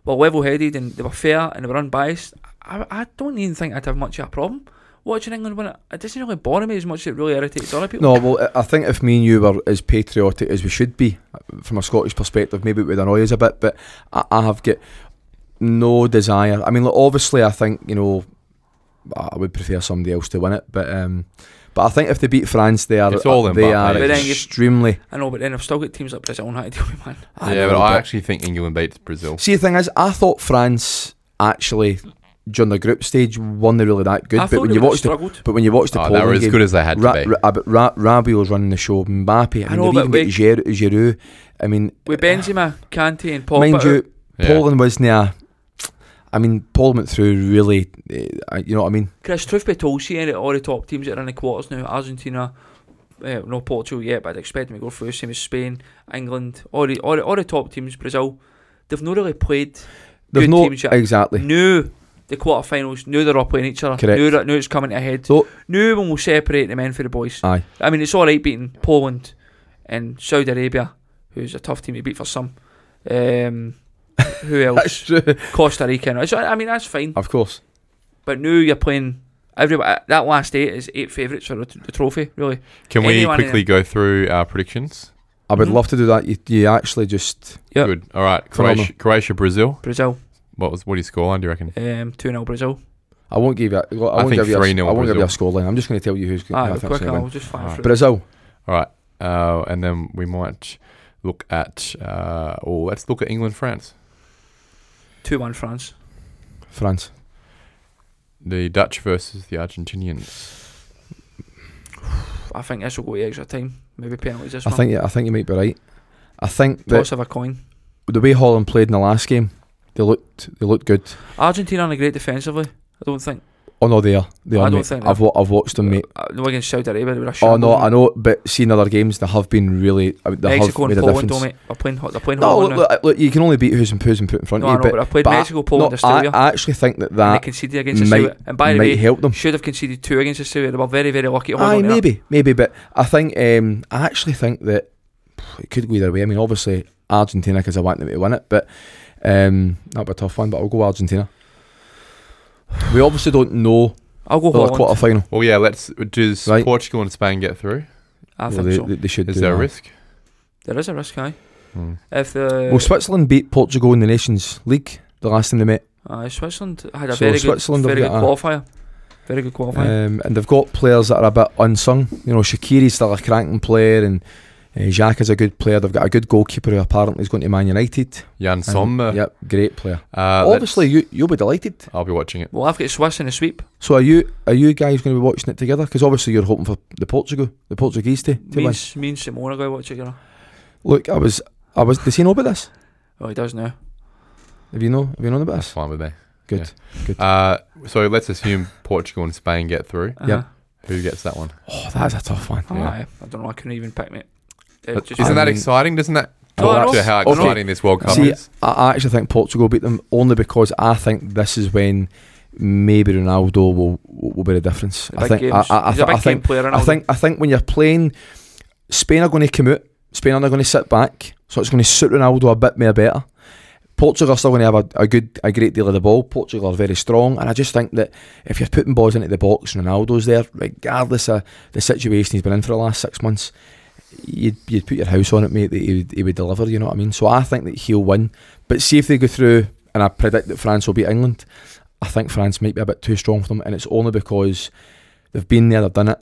were level headed and they were fair and they were unbiased, I, I don't even think I'd have much of a problem watching England win it. It doesn't really bother me as much. as It really irritates other people. no. Well, I I think if me and you were as patriotic as we should be, from a Scottish perspective, maybe it would annoy us a bit. But I, I have got no desire. I mean, look, obviously, I think you know, I I would prefer somebody else to win it. But um, but I think if they beat France, they are It's all in they Mbappe. are But then you- extremely. I know, but then I've still got teams like Brazil and how to deal with man. Yeah, know, but I actually think England beats Brazil. see the thing is, I thought France actually during the group stage won the really that good. I but thought when they you would've watch the struggled. but when you watch the Oh, they Poland were as game, good as they had Ra- to be. Ra- Ab- Ra- Rabiot's running the show. Mbappe. I, I mean, know, they've even but got Giroud. Giroud. I mean, With Benzema, Kante, and Pogba, mind you, Yeah. Poland wasn't a. I mean, Paul went through really, uh, you know what I mean? Chris, truth be told, seeing all the top teams that are in the quarters now, Argentina, uh, no Portugal yet, but I'd expect them to go through. Same as Spain, England, all the, all the, all the top teams, Brazil, they've not really played There's Good no teams, yeah. exactly. knew the quarterfinals, knew they're all playing each other, Correct. knew that knew it's coming to a head, So- knew when we'll separate the men for the boys. Aye. I mean, it's all right beating Poland and Saudi Arabia, who's a tough team to beat for some. Um, who else? That's true. Costa Rica. and all. So, I mean, that's fine. Of course. But now you're playing everybody. uh, That last eight is eight favourites for the t- the trophy, really. Can we Anyone in quickly it. go through our predictions? I would Mhm. love to do that. You, you actually just Yep. Good. All right. Phenomenal. Croatia, Croatia, Brazil. Brazil, What was what do you score on? Do you reckon? um, 2 0 Brazil. I won't give you. A, I won't think give you. A, 3-0 I won't give you a Brazil. scoreline. I'm just going to tell you who's Ah, going quick, I'll to just fire Alright. through. Brazil. All right. Uh, and then we might look at. Uh, oh, let's look at England, France, 2 1 France. France. the Dutch versus the Argentinians. I think this will go to extra time. Maybe penalties this I one. think yeah, I think you might be right. I think that Toss of a coin. the way Holland played in the last game, they looked they looked good. Argentina aren't great defensively. I don't think. Oh no, they are. They are. I don't mate. think I've wa- I've watched them, mate. Uh, no against Saudi Arabia. they were a Oh shambles, no, I mate. know, but seeing other games, they have been really. I mean, they Mexico have made and a Poland, though, difference. mate. They're playing, they're playing No, Holland look, now. look, look, you can only beat who's and who's and put in front no, of you. I know, but but I played but I- Mexico, no, Poland, I, Australia, I actually think that and they that conceded against might- Australia. And by the might way, help them. should have conceded two against Australia. They were very, very lucky. to hold Aye, on to that. maybe, maybe, but I think um, I actually think that it could go either way. I mean, obviously Argentina because I want them to win it, but um, that'll be a tough one. But I'll go Argentina. We obviously don't know I'll go the Holland. quarter final. Well, yeah. Let's. Does Right. Portugal and Spain get through? I Well, think they, so. they- they should. Is do there a that. risk? There is a risk, aye. Hmm. If the Well, Switzerland beat Portugal in the Nations League the last time they met, aye, Switzerland had a So very Switzerland good, have very good got a- qualifier. Very good qualifier. um, and they've got players that are a bit unsung. You know, Shakiri's still a cracking player, and uh, Jacques is a good player. They've got a good goalkeeper who apparently is going to Man United. Jan And- Sommer. Yep, great player. Uh, let's- Obviously, you you'll be delighted. I'll be watching it. well, I've got Swiss in a sweep. So are you are you guys going to be watching it together? Because obviously you're hoping for the Portugal, the Portuguese to, to Me win. and, me and Simone are going to watch it together. Look, I was I was. Does he know about this? Oh, he does now. Have you know Have you known about That's this? fine with me. Good. Uh, so let's assume Portugal and Spain get through. Uh-huh. Who gets that one? Oh, that's a tough one. Oh, Yeah. aye. I don't know. I couldn't even pick me. Uh, Isn't just- that I- exciting? Doesn't that No, I talk know. to how Oh, Okay. exciting this World Cup See, is? I, I actually think Portugal beat them only because I think this is when maybe Ronaldo will will be the difference. I the big think I, games. I, I, He's th- a big I think game player, I Ronaldo. think I think when you're playing, Spain are going to come out. Spain are going to sit back, so it's going to suit Ronaldo a bit more better. Portugal are still going to have a, a good, a great deal of the ball. Portugal are very strong, and I just think that if you're putting balls into the box, and Ronaldo's there, regardless of the situation he's been in for the last six months, you'd you'd put your house on it, mate. That he would, he would deliver. You know what I mean? So I think that he'll win. But see if they go through, and I predict that France will beat England. I think France might be a bit too strong for them, and it's only because they've been there, they've done it.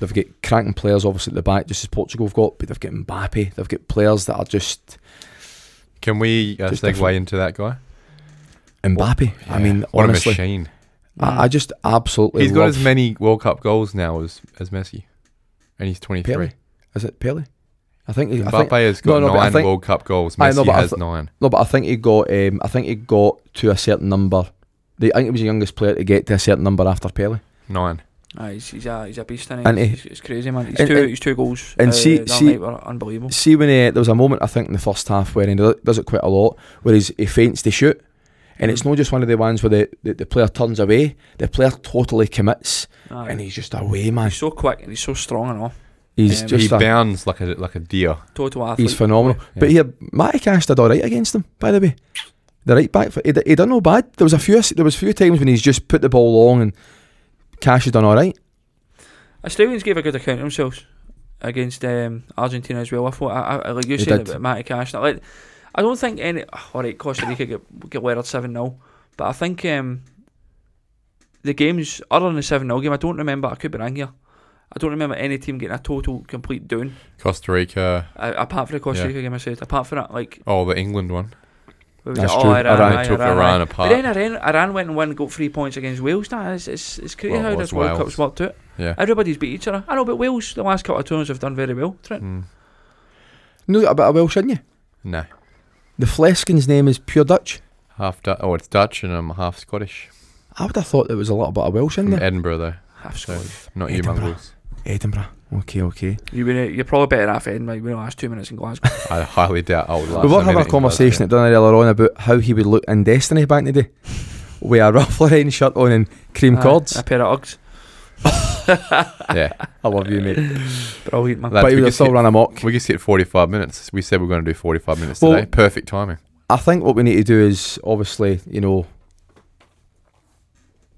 They've got cracking players, obviously at the back, just as Portugal have got, but they've got Mbappe. They've got players that are just Can we uh, Just segue different. into that guy? Mbappe. I Yeah. mean, what a honestly, machine! I, I just absolutely He's got love as many World Cup goals now as as Messi, and he's twenty Pele. three. Is it Pele? I think. He, I think Mbappe has got no, no, but I nine think- World Cup goals. I Messi know, but I has th- nine. no, but I think he got. Um, I think he got to a certain number. The, I think he was the youngest player to get to a certain number after Pele. Nine. Aye, he's, he's, a, he's a beast, isn't And he? he- He's, he's crazy, man. He's and- two, and- he's two goals. and uh, see- that see- night were unbelievable. See when uh, there was a moment I think in the first half where he do- does it quite a lot, where he's, he faints to shoot, and it's not just one of the ones where the, the, the player turns away. The player totally commits, Aye. and he's just away, man. He's so quick and he's so strong and all. He's Um, just he a, bounds like a like a deer. Total athlete. he's phenomenal. But here, Matty Cash did all right against them. By the way, the right back for he, d- he done no bad. There was a few there was a few times when he's just put the ball long and Cash has done all right. Australians gave a good account of themselves against um, Argentina as well. I thought, I, I, like you They said did. about Matty Cash, and I like, I don't think any. oh, All right, Costa Rica get get weathered seven 0 but I think um, the games other than the seven 0 game, I don't remember. I could be wrong here. I don't remember any team getting a total complete down Costa Rica. uh, apart from the Costa Yeah. Rica game. I said apart from that, like Oh, the England one. where was That's it? Oh, true. Iran, Iran aye, took Iran, Iran aye. apart. But then Iran, Iran went and won, got three points against Wales. Nah, it's it's, it's crazy Well, it how was this World Wales. Cup's worked out. Yeah. Everybody's beat each other. I know, but Wales the last couple of tournaments have done very well. Trent. Mm. You know a bit of Welsh, didn't you? No. The Fleskin's name is pure Dutch. half Dutch. Oh, it's Dutch and I'm half Scottish. I would have thought there was a little bit of Welsh in From there. Edinburgh, though. Half So, Scottish. not you, Edinburgh. mongrels. Edinburgh. Okay, okay. You would, you're probably better off in like, we don't last two minutes in Glasgow. I highly doubt I would last. we were a having a minute in conversation at Glasgow. dinner earlier on about how he would look in Destiny back in the day. With a Ralph Lauren shirt on and cream Aye, cords. Uh, A pair of Uggs. Yeah. I love you, mate. Brilliant, man. Lads, but he would we could have still sit- run amok. We just hit 45 minutes. We said we are going to do 45 minutes Well- today. Perfect timing. I think what we need to do is obviously, you know,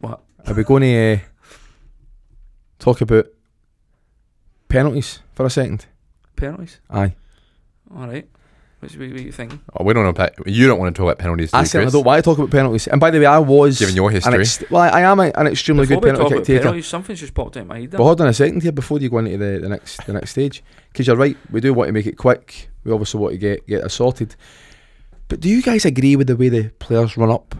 What? are we going to uh, talk about penalties for a second? Penalties. Aye, All right. What's, what, what you thinking? Oh, we don't want to. You don't want to talk about penalties. Do I you, certainly Chris? don't want to talk about penalties. And by the way, I was Given your an history, ex- well, I am a, an extremely Before good we talk penalty about kick taker. penalties, something's just popped out my head. there. But hold on a second here before you go into the, the next the next stage, because you're right. We do want to make it quick. We obviously want to get get it sorted. But do you guys agree with the way the players run up?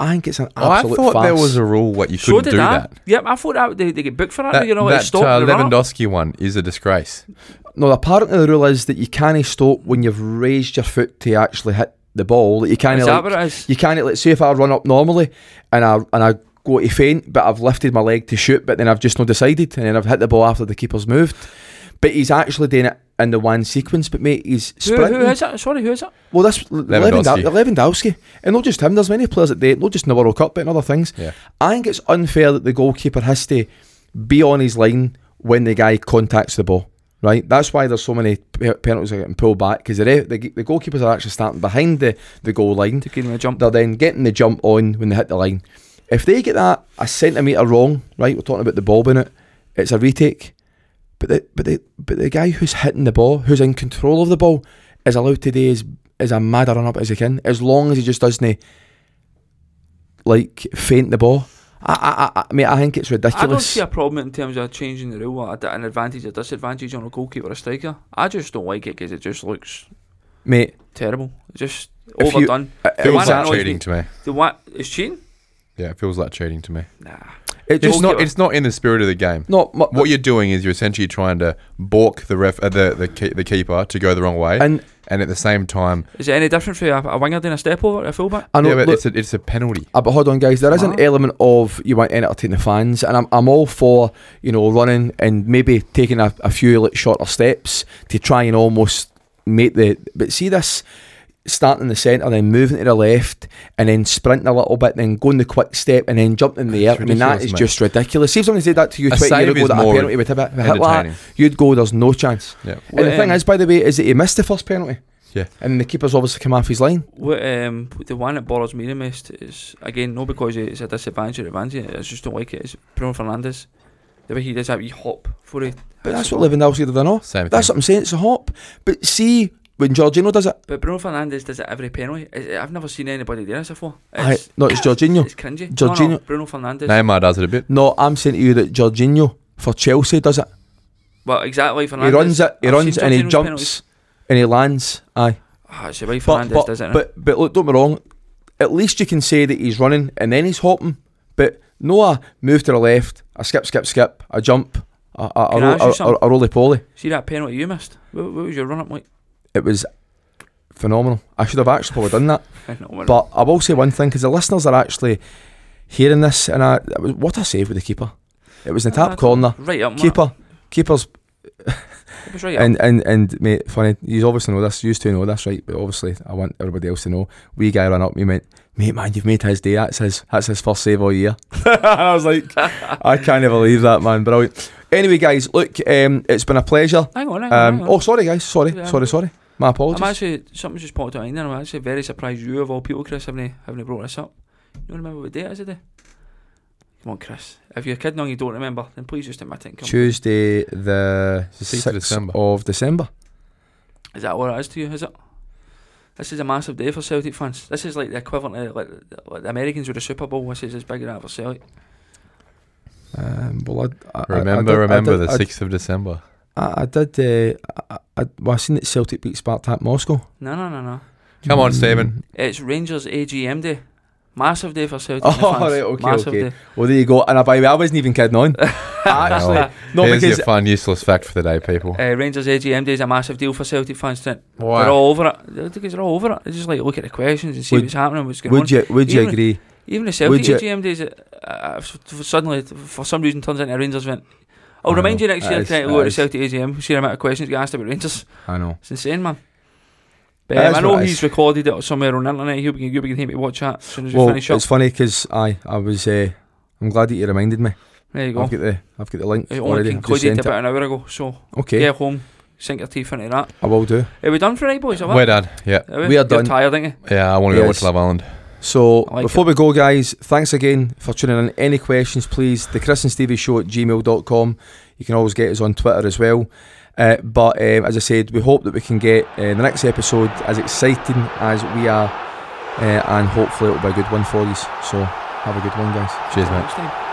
I think it's an Oh, I absolute thought there farce. was a rule what you so couldn't did do I. that. Yep, I thought that they, they get booked for that. That, you know, that like stop uh, the run-up. Lewandowski one is a disgrace. No, apparently the rule is that you can't stop when you've raised your foot to actually hit the ball. That you can't Is that like, what it is? you can't like say if I run up normally and I and I go to feint, but I've lifted my leg to shoot, but then I've just not decided, and then I've hit the ball after the keeper's moved. But he's actually doing it in the one sequence. But mate, he's Who, sprinting. who is it? Sorry, who is it? Well, that's Lewandowski. Lewandowski. Lewandowski. And not just him, there's many players that they, not just in the World Cup, but in other things. Yeah. I think it's unfair that the goalkeeper has to be on his line when the guy contacts the ball, right? That's why there's so many pe- penalties that are getting pulled back because the, re- the, g- the goalkeepers are actually starting behind the, the goal line. To give him a jump. They're then getting the jump on when they hit the line. If they get that a centimetre wrong, right, we're talking about the ball being it, it's a retake. But the, but the but the guy who's hitting the ball, who's in control of the ball, is allowed to do as as a mad a run up as he can, as long as he just doesn't like faint the ball. I I I, I mean I think it's I don't ridiculous. see a problem in terms of changing the rule, at an advantage or disadvantage on a goalkeeper or striker. I just don't like it because it just looks Mate, terrible. Just If you- overdone. uh, The Feels one it's, like that annoys cheating me- to me. The what is cheating? Yeah, it feels like cheating to me. Nah. it It's just not. Goalkeeper. It's not in the spirit of the game. not mu- What you're doing is you're essentially trying to balk the ref, uh, the the, keep, the keeper to go the wrong way, and, and at the same time, Is it any different for a, a winger doing a step over a fullback? I know yeah, but look- it's a it's a penalty. Uh, but hold on, guys. There is Huh? an element of you want to entertain the fans, and I'm, I'm all for you know running and maybe taking a, a few like shorter steps to try and almost make the. But see this starting in the centre, then moving to the left, and then sprinting a little bit, then going the quick step, and then jumping in the air. It's I mean, that ridiculous, is mate. just ridiculous. See if somebody said that to you A 20 save years ago is that a more penalty would hit, hit like, Entertaining. you'd go, there's no chance. Yeah. And the thing um, is, by the way, is that he missed the first penalty. Yeah. And the keeper's obviously come off his line. What, um, the one that bothers me the most is again not because it's a disadvantage or advantage. I just don't like it. It's Bruno Fernandes. The way he does that, wee hop for it. But that's what Lewandowski did, I know. Same That's what thing. I'm saying. It's a hop. But see when Jorginho does it, But Bruno Fernandes does it every penalty. I- I've never seen anybody do this before. I, It's, no, it's Jorginho. it's cringy. No, no, Jorginho- Bruno Fernandes. Neymar does it a bit. No, I'm saying to you that Jorginho for Chelsea does it. Well, exactly. Fernandes. he runs it. He I've runs seen it and he Jorginho's jumps penalties. and he lands. Aye, Ah, it's the way but Fernandes but, does it. innit? but but look, don't be wrong. At least you can say that he's running and then he's hopping. But no, a move to the left, a skip, skip, skip, a jump, a a, a, Can I ask you ro- a, something? a, a roly poly. See that penalty you missed? What, what was your run up like? It was phenomenal. I should have actually probably done that. No, well, But I will say one thing because the listeners are actually hearing this, and I it was, what a save with the keeper! It was in the Ah, tap corner. right up, keeper. Keeper, keepers, It was right up. and and and mate, funny. You obviously know this. You used to know this, right? But obviously, I want everybody else to know. We guy ran up. Me went, mate, man, you've made his day. That's his. That's his first save all year. I was like, I can't even believe that, man. Brilliant. Anyway, guys, look, um, it's been a pleasure. Hang on, hang on. Um, hang on. oh, sorry, guys. Sorry, Yeah. sorry, sorry. My I'm apologies. actually something's just popped out in there. I'm actually very surprised you of all people, Chris, haven't haven't brought this up. You don't remember what day it is today? Come on, Chris. If you're kidding on, you don't remember, then please just admit it. Come. Tuesday, the It's the sixth of sixth December. of December. Is that what it is to you? Is it? This is a massive day for Celtic fans. This is like the equivalent of like, like the Americans with the Super Bowl. This is as big as that for Celtic. Um, well, I, I- I, I Remember, did- I remember did- the I- sixth of December. I, I did. Uh, I, I, well, I seen that Celtic beat Spartak Moscow. No, no, no, no. Come on, Mm. Stephen. It's Rangers AGM day. Massive day for South. Oh, Indian fans. right, okay, Massive okay. day. Well, there you go. And uh, by the way, I wasn't even kidding on. Actually, no, Here's because your fun, useless fact for the day, people. Uh, Rangers AGM day is a massive deal for Celtic fans. Tonight. Why? They're all over it. They're, they're all over it. They just like look at the questions and see Would- what's happening, what's going on. would you would you Even- agree? Even the Would Celtic you- AGM days, uh, uh, f- f- suddenly, t- for some reason, turns into a Rangers event. I'll I remind know. you next That year, is- tonight, that we'll go to is- Celtic AGM, see the amount of questions get asked about Rangers. I know. It's insane, man. But, That um, is I know what it he's is. recorded it somewhere on the internet. He'll be, he'll be getting to watch that as soon as we Well, finish up. it's funny because I I was uh, I'm glad that you reminded me. There you I've go. got the I've got the link It already. only I've just concluded sent it. about an hour ago, so Okay, get home, sink your teeth into that. I will do. Are we done for tonight, boys? Are we? We're done. Yeah. Are we we? are You're done. tired, ain't you? Yeah, I want to go Yes. watch Love Island. So I like before we go, guys, thanks again for tuning in. Any questions, please, the Chris and Stevie Show at gmail.com. You can always get us on Twitter as well. Uh, but um, as I said, we hope that we can get uh, the next episode as exciting as we are, uh, and hopefully it'll be a good one for you. So have a good one, guys. Cheers, mate. Next time.